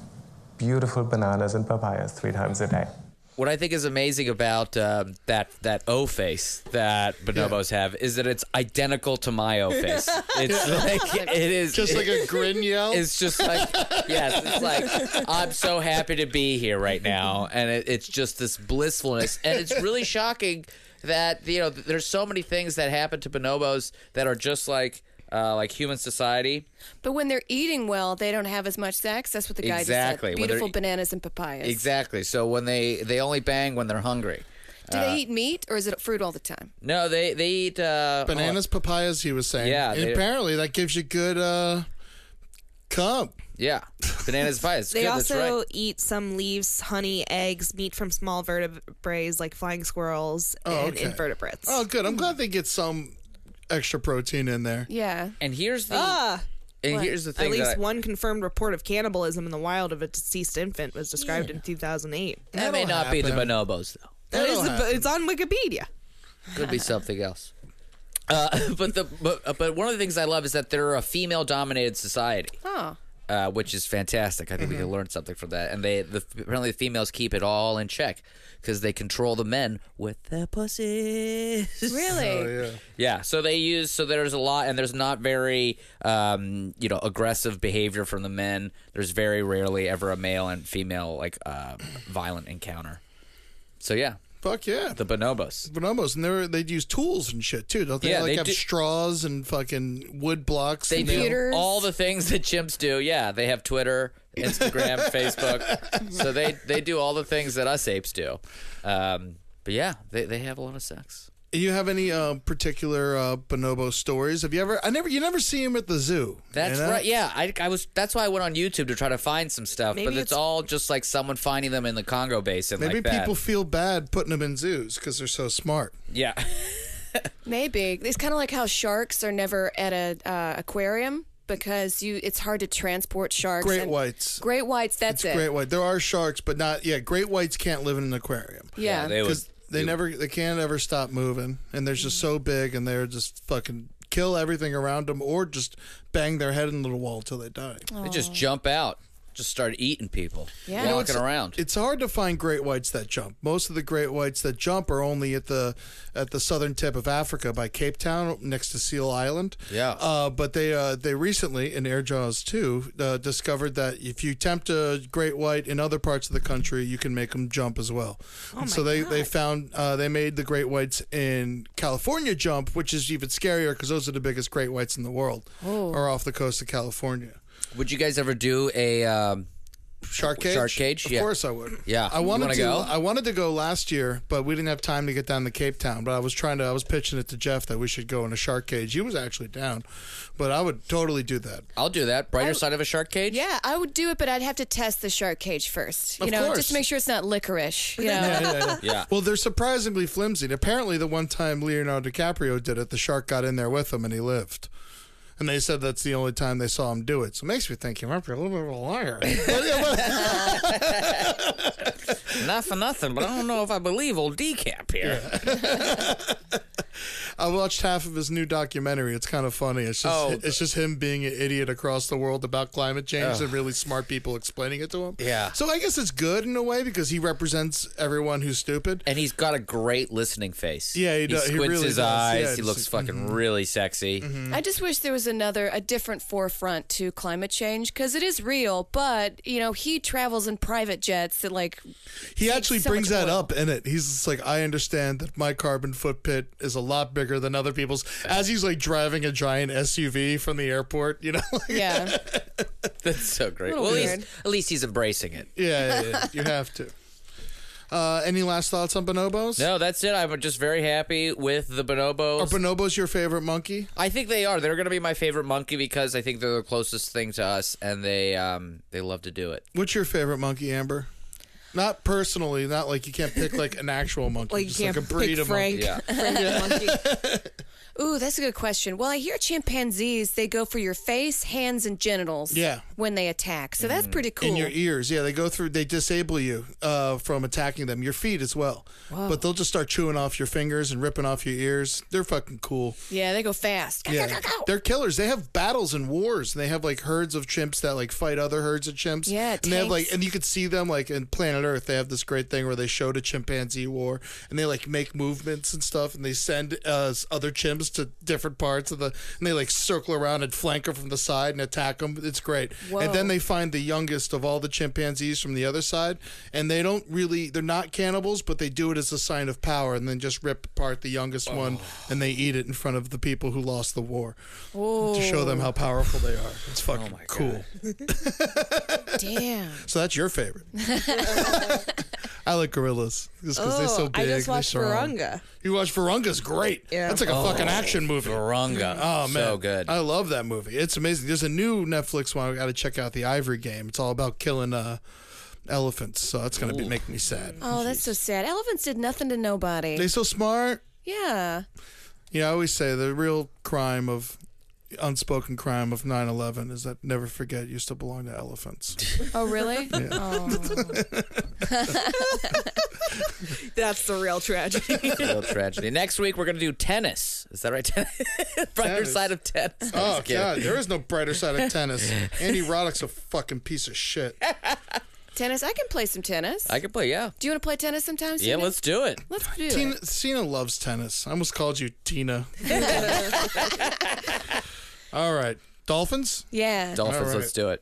Speaker 7: beautiful bananas and papayas three times a day.
Speaker 4: What I think is amazing about um, that that O face that bonobos have is that it's identical to my O face. It's like it is
Speaker 3: Just like a grin yell.
Speaker 4: It's just like, yes, it's like, I'm so happy to be here right now. And it, it's just this blissfulness. And it's really shocking that, you know, there's so many things that happen to bonobos that are just like, uh, like human society.
Speaker 2: But when they're eating well, they don't have as much sex. That's what the guy
Speaker 4: Exactly.
Speaker 2: just
Speaker 4: When
Speaker 2: said.
Speaker 4: they're e-
Speaker 2: Beautiful
Speaker 4: eat-
Speaker 2: bananas and papayas.
Speaker 4: Exactly. So when they, they only bang when they're hungry.
Speaker 2: Do
Speaker 4: uh,
Speaker 2: they eat meat or is it fruit all the time?
Speaker 4: No, they, they eat, uh,
Speaker 3: Bananas, papayas, he was saying.
Speaker 4: Yeah,
Speaker 3: And
Speaker 4: they-
Speaker 3: apparently that gives you good uh cum.
Speaker 4: yeah. Bananas pie. It's
Speaker 5: They
Speaker 4: good. That's
Speaker 5: also
Speaker 4: right.
Speaker 5: eat some leaves, honey, eggs, meat from small vertebrates like flying squirrels
Speaker 3: Oh,
Speaker 5: and
Speaker 3: okay.
Speaker 5: invertebrates.
Speaker 3: Oh good.
Speaker 4: Hmm.
Speaker 3: I'm glad they get some extra protein in there.
Speaker 2: Yeah.
Speaker 4: And here's the,
Speaker 5: Ah,
Speaker 4: and here's the thing.
Speaker 5: at
Speaker 4: that
Speaker 5: least
Speaker 4: I-
Speaker 5: one confirmed report of cannibalism in the wild of a deceased infant was described in 2008.
Speaker 4: that may
Speaker 3: That'll
Speaker 4: not be the
Speaker 3: happen.
Speaker 4: bonobos, though.
Speaker 5: That
Speaker 3: That'll
Speaker 5: is, a,
Speaker 3: happen.
Speaker 5: it's on Wikipedia.
Speaker 4: Could be something else. Uh, but the but, but one of the things I love is that they're a female dominated society,
Speaker 2: Oh.
Speaker 4: uh, which is fantastic. I think
Speaker 5: Mm-hmm.
Speaker 4: we can learn something from that. And they the, apparently the females keep it all in check because they control the men with their pussies.
Speaker 2: Really?
Speaker 4: Yeah, so they use so there's a lot, and there's not very um, you know aggressive behavior from the men. There's very rarely ever a male and female like uh, violent encounter. So yeah,
Speaker 3: Fuck yeah.
Speaker 4: the bonobos.
Speaker 3: bonobos, and they're, they'd use tools and shit too, don't they?
Speaker 4: Yeah,
Speaker 3: like
Speaker 4: they
Speaker 3: have
Speaker 4: do-
Speaker 3: straws and fucking wood blocks.
Speaker 4: They
Speaker 3: and they'll-
Speaker 4: do
Speaker 2: Computers.
Speaker 4: all the things that chimps do. Yeah, they have Twitter, Instagram, Facebook. So they they do all the things that us apes do. Um, but yeah, they, they have a lot of sex.
Speaker 3: You have any uh, particular uh, bonobo stories? Have you ever? I never. You never see him at the zoo.
Speaker 4: That's
Speaker 3: you know?
Speaker 4: right. Yeah, I, I was. That's why I went on YouTube to try to find some stuff. but
Speaker 5: Maybe
Speaker 4: it's,
Speaker 5: it's-
Speaker 4: all just like someone finding them in the Congo Basin.
Speaker 3: Maybe
Speaker 4: like that.
Speaker 3: people feel bad putting them in zoos because they're so smart.
Speaker 4: Yeah.
Speaker 2: Maybe. It's kind of like how sharks are never at a uh, aquarium because you it's hard to transport sharks.
Speaker 3: Great
Speaker 2: and-
Speaker 3: whites.
Speaker 2: Great whites, that's it.
Speaker 3: Great white. There are sharks, but not. Yeah, great whites can't live in an aquarium.
Speaker 2: Yeah.
Speaker 4: they would.
Speaker 3: because they never. They can't ever stop moving, and they're just so big, and they're just fucking kill everything around them, or just bang their head into the wall till they die.
Speaker 4: They just jump out. just started eating people,
Speaker 2: Yeah. You know,
Speaker 4: walking around.
Speaker 3: It's hard to find great whites that jump. Most of the great whites that jump are only at the at the southern tip of Africa by Cape Town next to Seal Island.
Speaker 4: Yeah.
Speaker 3: Uh, but they uh, they recently in Air Jaws 2 uh, discovered that if you tempt a great white in other parts of the country, you can make them jump as well. and so they they found uh, they made the great whites in California jump, which is even scarier because those are the biggest great whites in the world. Are off the coast of California.
Speaker 4: Would you guys ever do a? Um,
Speaker 3: Shark cage.
Speaker 4: Shark cage,
Speaker 3: Of
Speaker 4: yeah.
Speaker 3: course I would.
Speaker 4: Yeah.
Speaker 3: I
Speaker 4: You
Speaker 3: wanted
Speaker 4: wanna
Speaker 3: to.
Speaker 4: go?
Speaker 3: I wanted to go last year, but we didn't have time to get down to Cape Town. But I was trying to. I was pitching it to Jeff that we should go in a shark cage. He was actually down, but I would totally do that.
Speaker 4: I'll do that. Brighter side of a shark cage.
Speaker 2: Yeah, I would do it, but I'd have to test the shark cage first. You
Speaker 3: Of
Speaker 2: know,
Speaker 3: course.
Speaker 2: just to make sure it's not licorice. You know,
Speaker 4: Yeah.
Speaker 3: Well, they're surprisingly flimsy. And apparently, the one time Leonardo DiCaprio did it, the shark got in there with him and he lived. And they said that's the only time they saw him do it. So it makes me think he might be a little bit of a liar. But, yeah, but-
Speaker 4: Not for nothing, but I don't know if I believe old decap here.
Speaker 3: I watched half of his new documentary. It's kind of funny. It's just
Speaker 4: Oh.
Speaker 3: it's just him being an idiot across the world about climate change and really smart people explaining it to him.
Speaker 4: Yeah.
Speaker 3: So I guess it's good in a way because he represents everyone who's stupid.
Speaker 4: And he's got a great listening face.
Speaker 3: Yeah, he does. He
Speaker 4: He squints
Speaker 3: really
Speaker 4: his
Speaker 3: does.
Speaker 4: eyes.
Speaker 3: Yeah,
Speaker 4: he
Speaker 3: just- mm-hmm.
Speaker 4: looks fucking really sexy.
Speaker 2: I just wish there was another, a different forefront to climate change because it is real. But you know, he travels in private jets that like
Speaker 3: He actually
Speaker 2: so
Speaker 3: brings
Speaker 2: much
Speaker 3: that
Speaker 2: oil.
Speaker 3: up in it. He's just like, I understand that my carbon footprint is a lot bigger than other people's. As he's like driving a giant SUV from the airport, you know. yeah,
Speaker 2: yeah.
Speaker 4: That's so great.
Speaker 2: Little
Speaker 4: Well, at
Speaker 2: weird.
Speaker 4: least, at least he's embracing it.
Speaker 3: yeah, yeah, you have to. Uh, any last thoughts on bonobos?
Speaker 4: No, that's it. I'm just very happy with the bonobos.
Speaker 3: Are bonobos your favorite monkey?
Speaker 4: I think they are. They're going to be my favorite monkey because I think they're the closest thing to us, and they um, they love to do it.
Speaker 3: What's your favorite monkey, Amber? Not personally, not like you can't pick like an actual monkey,
Speaker 5: Like you
Speaker 3: just
Speaker 5: can't
Speaker 3: like a breed
Speaker 5: pick
Speaker 3: of
Speaker 5: Frank.
Speaker 4: Yeah.
Speaker 5: Frank the monkey.
Speaker 2: Ooh, that's a good question. Well, I hear chimpanzees they go for your face, hands, and genitals.
Speaker 3: Yeah.
Speaker 2: When they attack, so that's pretty
Speaker 3: monkey.
Speaker 2: cool.
Speaker 3: In your e- ears, yeah, they go through. They disable you uh, from attacking them. Your feet as well, but they'll just start chewing off your fingers and ripping off your ears. They're fucking cool.
Speaker 2: yeah, they go fast.
Speaker 3: Yeah, they're killers. They have battles and wars, and they have like herds of chimps that like fight other herds of chimps.
Speaker 2: Yeah,
Speaker 3: and they have like,
Speaker 2: tanks.
Speaker 3: and you could see them like in Planet Earth. They have this great thing where they showed a chimpanzee war, and they like make movements and stuff, and they send uh, other chimps to different parts of the, and they like circle around and flank them from the side and attack them. It's great. And then
Speaker 2: Whoa.
Speaker 3: they find the youngest of all the chimpanzees from the other side, and they don't really, they're not cannibals, but they do it as a sign of power, and then just rip apart the youngest one, and they eat it in front of the people who lost the war to show them how powerful they are. It's fucking cool.
Speaker 2: Damn.
Speaker 3: So that's your favorite. I like gorillas just because they're so big.
Speaker 5: Oh, I just
Speaker 3: they're
Speaker 5: watched
Speaker 3: strong.
Speaker 5: Barunga.
Speaker 3: You watch Varunga's great.
Speaker 5: Yeah.
Speaker 3: That's like a fucking action movie.
Speaker 4: Barunga.
Speaker 3: Oh man,
Speaker 4: Oh, So good.
Speaker 3: I love that movie. It's amazing. There's a new Netflix one. I got to check out the Ivory Game. It's all about killing uh, elephants. So that's gonna be, make me sad.
Speaker 5: Um,
Speaker 2: Oh, that's so sad. Elephants did nothing to nobody.
Speaker 3: They so smart.
Speaker 2: yeah.
Speaker 3: You know, I always say the real crime of unspoken crime of 9/11 is that never forget used to belong to elephants.
Speaker 2: Oh, really?
Speaker 5: That's the real tragedy.
Speaker 4: Real tragedy. Next week we're going to do tennis. Is that right? Tennis. Brighter
Speaker 3: Tennis.
Speaker 4: side of tennis. I'm
Speaker 3: Oh
Speaker 4: just kidding.
Speaker 3: god, there is no brighter side of tennis. Andy Roddick's a fucking piece of shit.
Speaker 2: tennis. I can play some tennis.
Speaker 4: I can play. Yeah.
Speaker 2: do you want to play tennis sometime?
Speaker 4: Yeah.
Speaker 2: Sina?
Speaker 4: Let's do it.
Speaker 2: Let's do
Speaker 3: Tina,
Speaker 2: it.
Speaker 3: Tina loves tennis. I almost called you Tina. All right, Dolphins,
Speaker 2: Yeah.
Speaker 4: Dolphins.
Speaker 3: All right.
Speaker 4: Let's do it.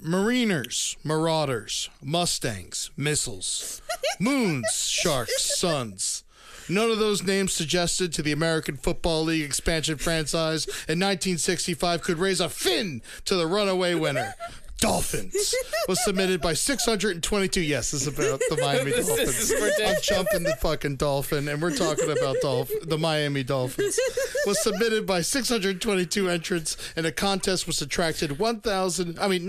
Speaker 3: Mariners, Marauders, Mustangs, Missiles, Moons, Sharks, Suns. None of those names suggested to the American Football League expansion franchise in 1965 could raise a fin to the runaway winner. Dolphins was submitted by 622. Yes, this is about the Miami Dolphins. I'm jumping the fucking dolphin, and we're talking about dolph- the Miami Dolphins. Was submitted by 622 entrants, and the contest was attracted 1,000, I mean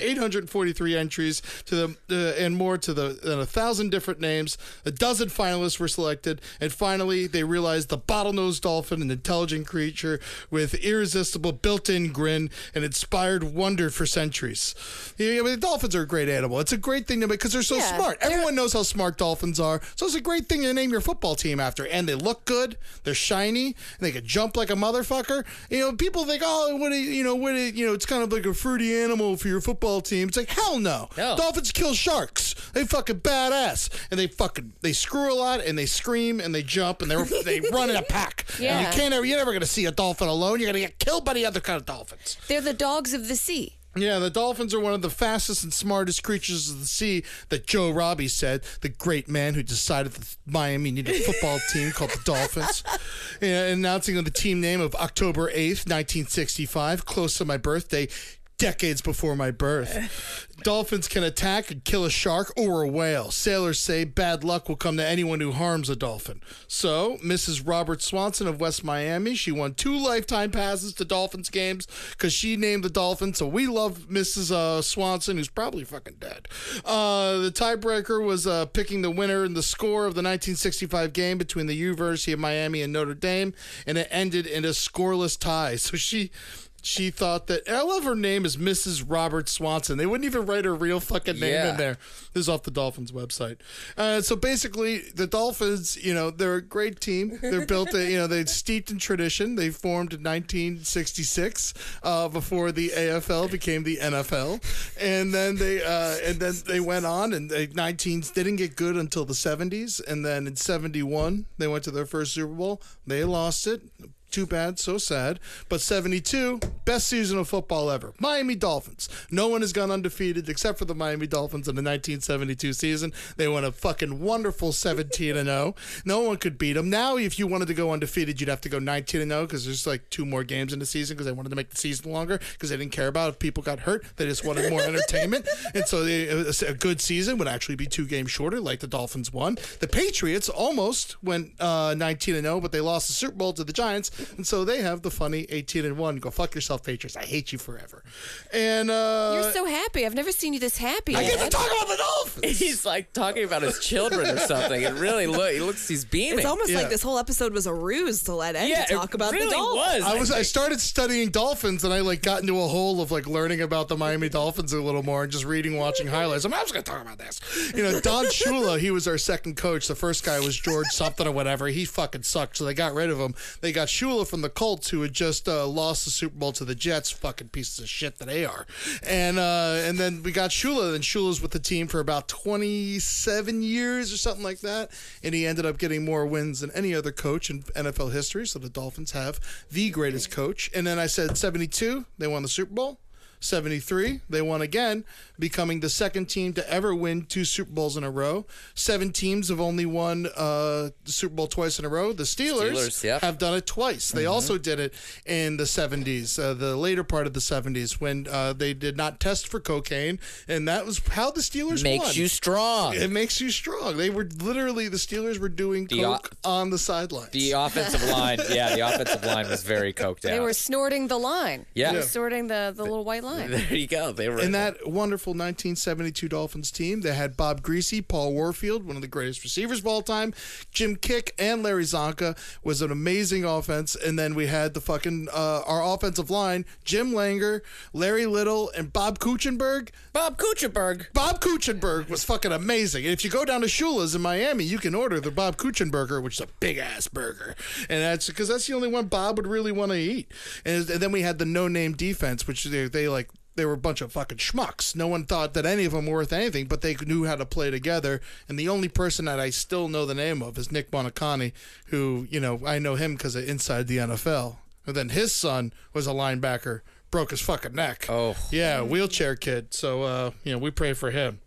Speaker 3: 19,843 entries to the uh, and more to the than a thousand different names. A dozen finalists were selected, and finally they realized the bottlenose dolphin, an intelligent creature with irresistible built-in grin, and inspired wonder for centuries. Yeah, I mean, dolphins are a great animal. It's a great thing to make because they're so
Speaker 2: Yeah,
Speaker 3: smart. Everyone knows how smart dolphins are, so it's a great thing to name your football team after. And they look good. They're shiny. And They could jump like a motherfucker. You know, people think, oh, what a, you know, what a, you know, it's kind of like a fruity animal for your football team. It's like hell no.
Speaker 4: No.
Speaker 3: Dolphins kill sharks. They fucking badass, and they fucking they screw a lot, and they scream, and they jump, and they they run in a pack. And
Speaker 2: Yeah.
Speaker 3: you can't ever you're never gonna see a dolphin alone. You're gonna get killed by the other kind of dolphins.
Speaker 2: They're the dogs of the sea.
Speaker 3: Yeah, the dolphins are one of the fastest and smartest creatures of the sea that Joe Robbie said, the great man who decided that Miami needed a football team called the Dolphins. Yeah, announcing the team name of October 8th, 1965, close to my birthday, decades before my birth. Dolphins can attack and kill a shark or a whale. Sailors say bad luck will come to anyone who harms a dolphin. So, Mrs. Robert Swanson of West Miami, she won two lifetime passes to Dolphins games because she named the Dolphins. So, we love Mrs. Uh, Swanson, who's probably fucking dead. Uh, the tiebreaker was uh, picking the winner and the score of the 1965 game between the University of Miami and Notre Dame, and it ended in a scoreless tie. So, she she thought that I love her name is Mrs. Robert Swanson. They wouldn't even write her real fucking name
Speaker 4: Yeah.
Speaker 3: in there. This is off the Dolphins website. Uh, so basically, the Dolphins, you know, they're a great team. They're built, a, you know, they're steeped in tradition. They formed in 1966 uh, before the AFL became the NFL, and then they uh, and then they went on and they 19 they didn't get good until the 70s, and then in 71 they went to their first Super Bowl. They lost it. Too bad, so sad. But 72, best season of football ever. Miami Dolphins. No one has gone undefeated except for the Miami Dolphins in the 1972 season. They won a fucking wonderful 17 and 0. No one could beat them. Now, if you wanted to go undefeated, you'd have to go 19 and 0 because there's like two more games in the season because they wanted to make the season longer because they didn't care about if people got hurt. They just wanted more entertainment. And so they, a good season would actually be two games shorter, like the Dolphins won. The Patriots almost went uh, 19 and 0, but they lost the Super Bowl to the Giants, and so they have the funny 18 and 1. Go fuck yourself, Patriots. I hate you forever. And uh,
Speaker 2: You're so happy. I've never seen you this happy.
Speaker 3: I get
Speaker 2: Ed.
Speaker 3: to talk about the Dolphins.
Speaker 4: He's like talking about his children or something. It really look he looks he's beaming.
Speaker 5: It's almost
Speaker 3: Yeah.
Speaker 5: like this whole episode was a ruse to let Ed
Speaker 4: yeah,
Speaker 5: to talk
Speaker 4: it
Speaker 5: about
Speaker 4: really
Speaker 5: the
Speaker 4: was.
Speaker 5: Dolphins.
Speaker 3: I was I started studying dolphins and I like got into a hole of like learning about the Miami Dolphins a little more and just reading, watching highlights. I'm just gonna talk about this. You know, Don Shula, he was our second coach. The first guy was George something or whatever. He fucking sucked, so they got rid of him. They got Shula from the Colts, who had just uh, lost the Super Bowl to the Jets. Fucking pieces of shit that they are. And uh, and then we got Shula. Then Shula's with the team for about 27 years or something like that, and he ended up getting more wins than any other coach in NFL history. So the Dolphins have the greatest coach. And then I said 72, they won the Super Bowl. 73, they won again, becoming the second team to ever win two Super Bowls in a row. Seven teams have only won uh, the Super Bowl twice in a row. The Steelers,
Speaker 4: Steelers, yep.
Speaker 3: have done it twice.
Speaker 4: Mm-hmm.
Speaker 3: They also did it in the 70s, uh, the later part of the 70s, when uh, they did not test for cocaine. And that was how the Steelers won.
Speaker 4: Makes you strong.
Speaker 3: It makes you strong. They were literally the Steelers were doing
Speaker 4: The
Speaker 3: coke on the sidelines.
Speaker 4: The offensive line, yeah, the offensive line was very coked out.
Speaker 2: They were snorting the line.
Speaker 4: Yeah.
Speaker 2: They were
Speaker 4: Yeah.
Speaker 2: snorting the, the little white line.
Speaker 4: there you go. They were
Speaker 3: and that wonderful 1972 Dolphins team that had Bob Greasy, Paul Warfield, one of the greatest receivers of all time, Jim Kick, and Larry Zonka was an amazing offense. And then we had the fucking uh, our offensive line: Jim Langer, Larry Little, and Bob Kuchenberg.
Speaker 4: Bob Kuchenberg.
Speaker 3: Bob Kuchenberg was fucking amazing. And if you go down to Shula's in Miami, you can order the Bob Kuchenburger, which is a big ass burger. And that's because that's the only one Bob would really want to eat. And, and then we had the no name defense, which they, they like. They were a bunch of fucking schmucks. No one thought that any of them were worth anything, but they knew how to play together. And the only person that I still know the name of is Nick Bonacani, who, you know, I know him because of Inside the NFL. And then his son was a linebacker, broke his fucking neck.
Speaker 4: Oh.
Speaker 3: Yeah, wheelchair kid. So uh, you know, we pray for him.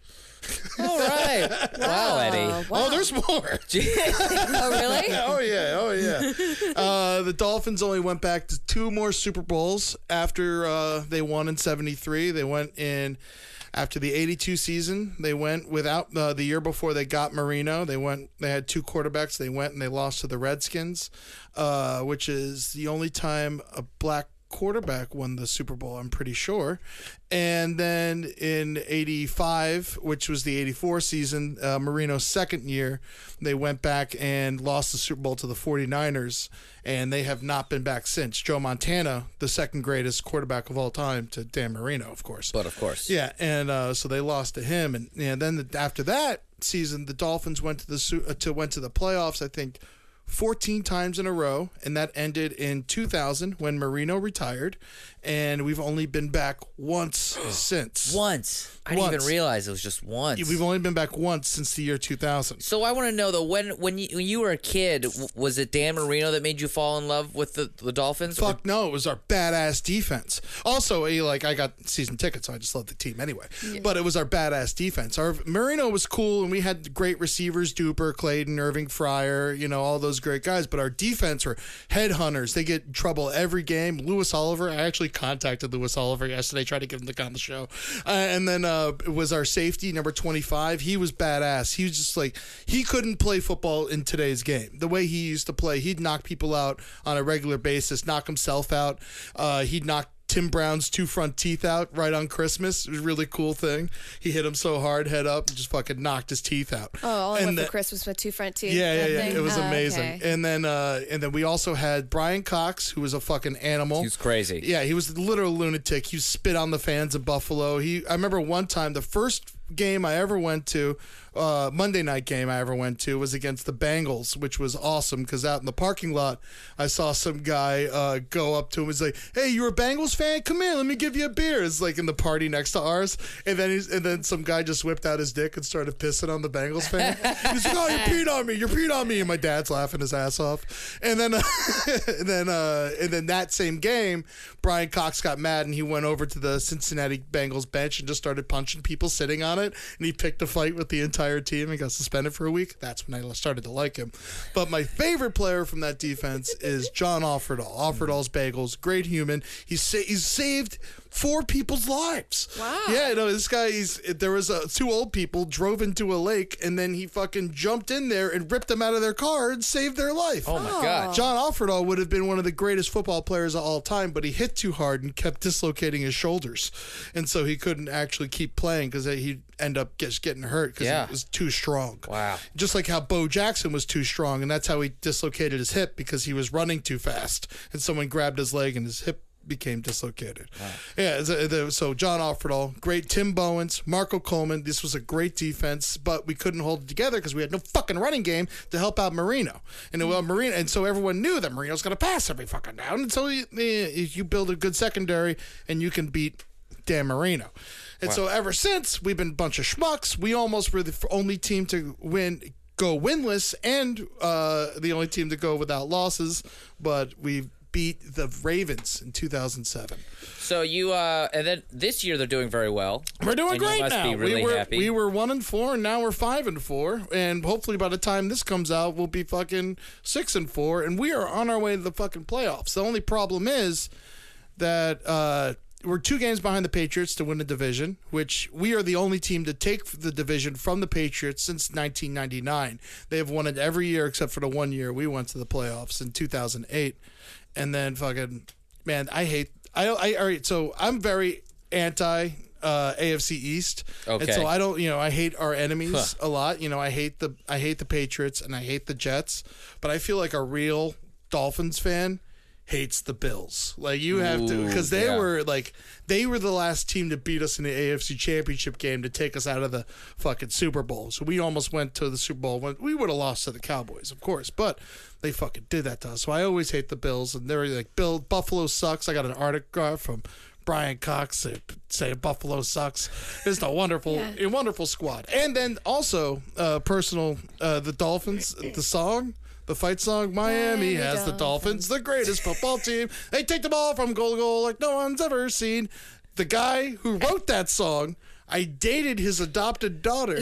Speaker 4: All right. wow, Eddie.
Speaker 3: Oh, there's more.
Speaker 2: Oh, really?
Speaker 3: oh yeah, oh yeah. Uh, the Dolphins only went back to two more Super Bowls after uh, they won in '73. They went in after the '82 season. They went without uh, the year before they got Marino. They went. They had two quarterbacks. They went and they lost to the Redskins, uh, which is the only time a black quarterback won the Super Bowl, I'm pretty sure. And then in 85, which was the 84 season, uh, Marino's second year, they went back and lost the Super Bowl to the 49ers, and they have not been back since. Joe Montana, the second greatest quarterback of all time to Dan Marino, of course.
Speaker 4: But of course.
Speaker 3: Yeah, and uh, so they lost to him, and, and then the, after that season, the Dolphins went to the su- uh, to went to the playoffs. I think 14 times in a row, and that ended in 2000 when Marino retired, and we've only been back once since.
Speaker 4: Once. I didn't even
Speaker 3: Once.
Speaker 4: realize it was just once.
Speaker 3: We've only been back once since the year 2000.
Speaker 4: so I want to know though when when you, when you were a kid w- was it Dan Marino that made you fall in love with the, the Dolphins? or-
Speaker 3: Fuck no, it was our badass defense. Also, eh, like I got season tickets, so I just love the team anyway. But it was our badass defense. Our Marino was cool, and we had great receivers: Duper, Clayton, Irving, Fryer. You know all those great guys. But our defense were headhunters. They get in trouble every game. Lewis Oliver. I actually contacted Lewis Oliver yesterday, tried to get him to come on the show. Uh, and then uh, it was our safety number twenty five. He was badass. He was just like he couldn't play football in today's game. The way he used to play, he'd knock people out on a regular basis, knock himself out. Uh, he'd knock Tim Brown's two front teeth out right on Christmas. It was a really cool thing. He hit him so hard, head up, and just fucking knocked his teeth out.
Speaker 2: Oh, all I
Speaker 3: And
Speaker 2: want
Speaker 3: the-
Speaker 2: for Christmas with two front teeth.
Speaker 3: yeah, yeah,
Speaker 2: that
Speaker 3: yeah.
Speaker 2: thing?
Speaker 3: It was
Speaker 2: Oh,
Speaker 3: amazing.
Speaker 2: okay.
Speaker 3: And then uh and then we also had Brian Cox, who was a fucking animal.
Speaker 4: He was crazy.
Speaker 3: Yeah, he was a literal lunatic. He spit on the fans of Buffalo. He I remember one time the first game I ever went to, uh Monday night game I ever went to was against the Bengals, which was awesome because out in the parking lot I saw some guy uh go up to him and he's like, Hey, you're a Bengals fan? Come here, let me give you a beer. It's like in the party next to ours. And then he's and then some guy just whipped out his dick and started pissing on the Bengals fan. he's like, Oh, you peed on me, you peed on me and my dad's laughing his ass off. And then and then uh and then that same game, Brian Cox got mad and he went over to the Cincinnati Bengals bench and just started punching people sitting on it. And he picked a fight with the entire team and got suspended for a week. That's when I started to like him. But my favorite player from that defense is John Offerdahl. Offerdahl's Bagels, great human. He's sa- he's saved four people's lives.
Speaker 2: Wow.
Speaker 3: Yeah, no, this guy. He's there was uh, two old people drove into a lake and then he fucking jumped in there and ripped them out of their car and saved their life.
Speaker 4: oh my god.
Speaker 3: John Offerdahl would have been one of the greatest football players of all time, but he hit too hard and kept dislocating his shoulders, and so he couldn't actually keep playing because he'd end up just getting hurt because
Speaker 4: Yeah.
Speaker 3: he was too strong.
Speaker 4: Wow.
Speaker 3: Just like how Bo Jackson was too strong, and that's how he dislocated his hip because he was running too fast, and someone grabbed his leg and his hip became dislocated. Yeah, so, the- so John Offerdahl, great Tim Bowens, Marco Coleman. This was a great defense, but we couldn't hold it together because we had no fucking running game to help out Marino. And well, Marino, and so everyone knew that Marino's going to pass every fucking down. And so you, you build a good secondary, and you can beat Dan Marino. And so ever since, we've been a bunch of schmucks. We almost were the f- only team to win, go winless, and uh, the only team to go without losses. But we beat the Ravens in 2007.
Speaker 4: So you uh and then this year they're doing very well.
Speaker 3: We're doing
Speaker 4: And you
Speaker 3: great
Speaker 4: must
Speaker 3: now.
Speaker 4: Be really
Speaker 3: we were
Speaker 4: happy.
Speaker 3: we were one and four, and now we're five and four. And hopefully, by the time this comes out, we'll be fucking six and four, and we are on our way to the fucking playoffs. The only problem is that uh, we're two games behind the Patriots to win the division, which we are the only team to take the division from the Patriots since 1999. They have won it every year except for the one year we went to the playoffs in 2008. And then fucking man, I hate. I, I all right. So I'm very anti uh, AFC East. And
Speaker 4: Okay.
Speaker 3: so I don't. You know, I hate our enemies a lot. You know, I hate the I hate the Patriots and I hate the Jets. But I feel like a real Dolphins fan hates the Bills. Like you have to because they
Speaker 4: yeah.
Speaker 3: were like they were the last team to beat us in the AFC Championship game to take us out of the fucking Super Bowl. So we almost went to the Super Bowl. When we would have lost to the Cowboys, of course, but they fucking did that to us. So I always hate the Bills, and they're like, "Bill Buffalo sucks." I got an article from. Brian Cox uh, saying Buffalo sucks. It's a wonderful, a wonderful squad. And then also, uh, personal, uh, the Dolphins, the song, the fight song, Miami has the Dolphins, the greatest football team. They take the ball from goal to goal like no one's ever seen. The guy who wrote that song, I dated his adopted daughter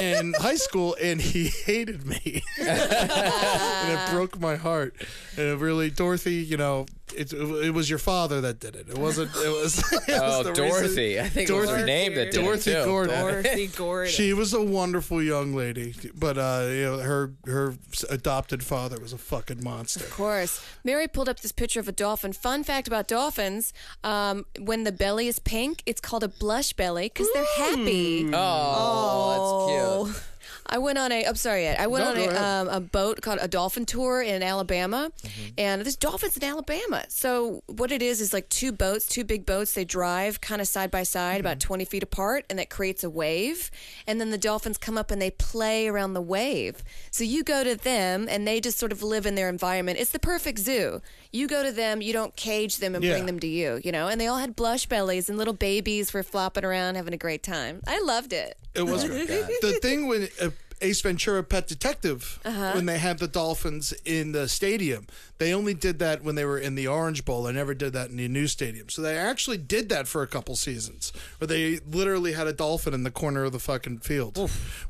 Speaker 3: in high school, and he hated me, and it broke my heart. And it really, Dorothy, you know, it, it was your father that did it. It wasn't. It was. it was
Speaker 4: Oh,
Speaker 3: the reason-
Speaker 4: Dorothy. I think it was her
Speaker 3: Dorothy-
Speaker 4: name that did
Speaker 3: Dorothy
Speaker 4: it too.
Speaker 3: Gordon.
Speaker 5: Dorothy Gordon.
Speaker 3: She was a wonderful young lady, but uh, you know, her her adopted father was a fucking monster.
Speaker 2: Of course. Mary pulled up this picture of a dolphin. Fun fact about dolphins um, when the belly is
Speaker 3: Hmm.
Speaker 2: pink, it's called a blush belly because they're happy.
Speaker 4: Oh, that's Oh, cute.
Speaker 2: I I went on a. I'm sorry, Ed. I went
Speaker 3: No,
Speaker 2: on
Speaker 3: go
Speaker 2: a, um,
Speaker 3: ahead.
Speaker 2: a boat called a dolphin tour in Alabama,
Speaker 3: Mm-hmm.
Speaker 2: and there's dolphins in Alabama. So what it is is like two boats, two big boats. They drive kind of side by side, about
Speaker 3: Mm-hmm.
Speaker 2: 20 feet apart, and that creates a wave. And then the dolphins come up and they play around the wave. So you go to them, and they just sort of live in their environment. It's the perfect zoo. You go to them, you don't cage them and
Speaker 3: Yeah.
Speaker 2: bring them to you, you know. And they all had blush bellies, and little babies were flopping around, having a great time. I loved it.
Speaker 3: It was the thing when uh, Ace Ventura: Pet Detective when they had the dolphins in the stadium. They only did that when they were in the Orange Bowl. They never did that in the new stadium. So they actually did that for a couple seasons, where they literally had a dolphin in the corner of the fucking field,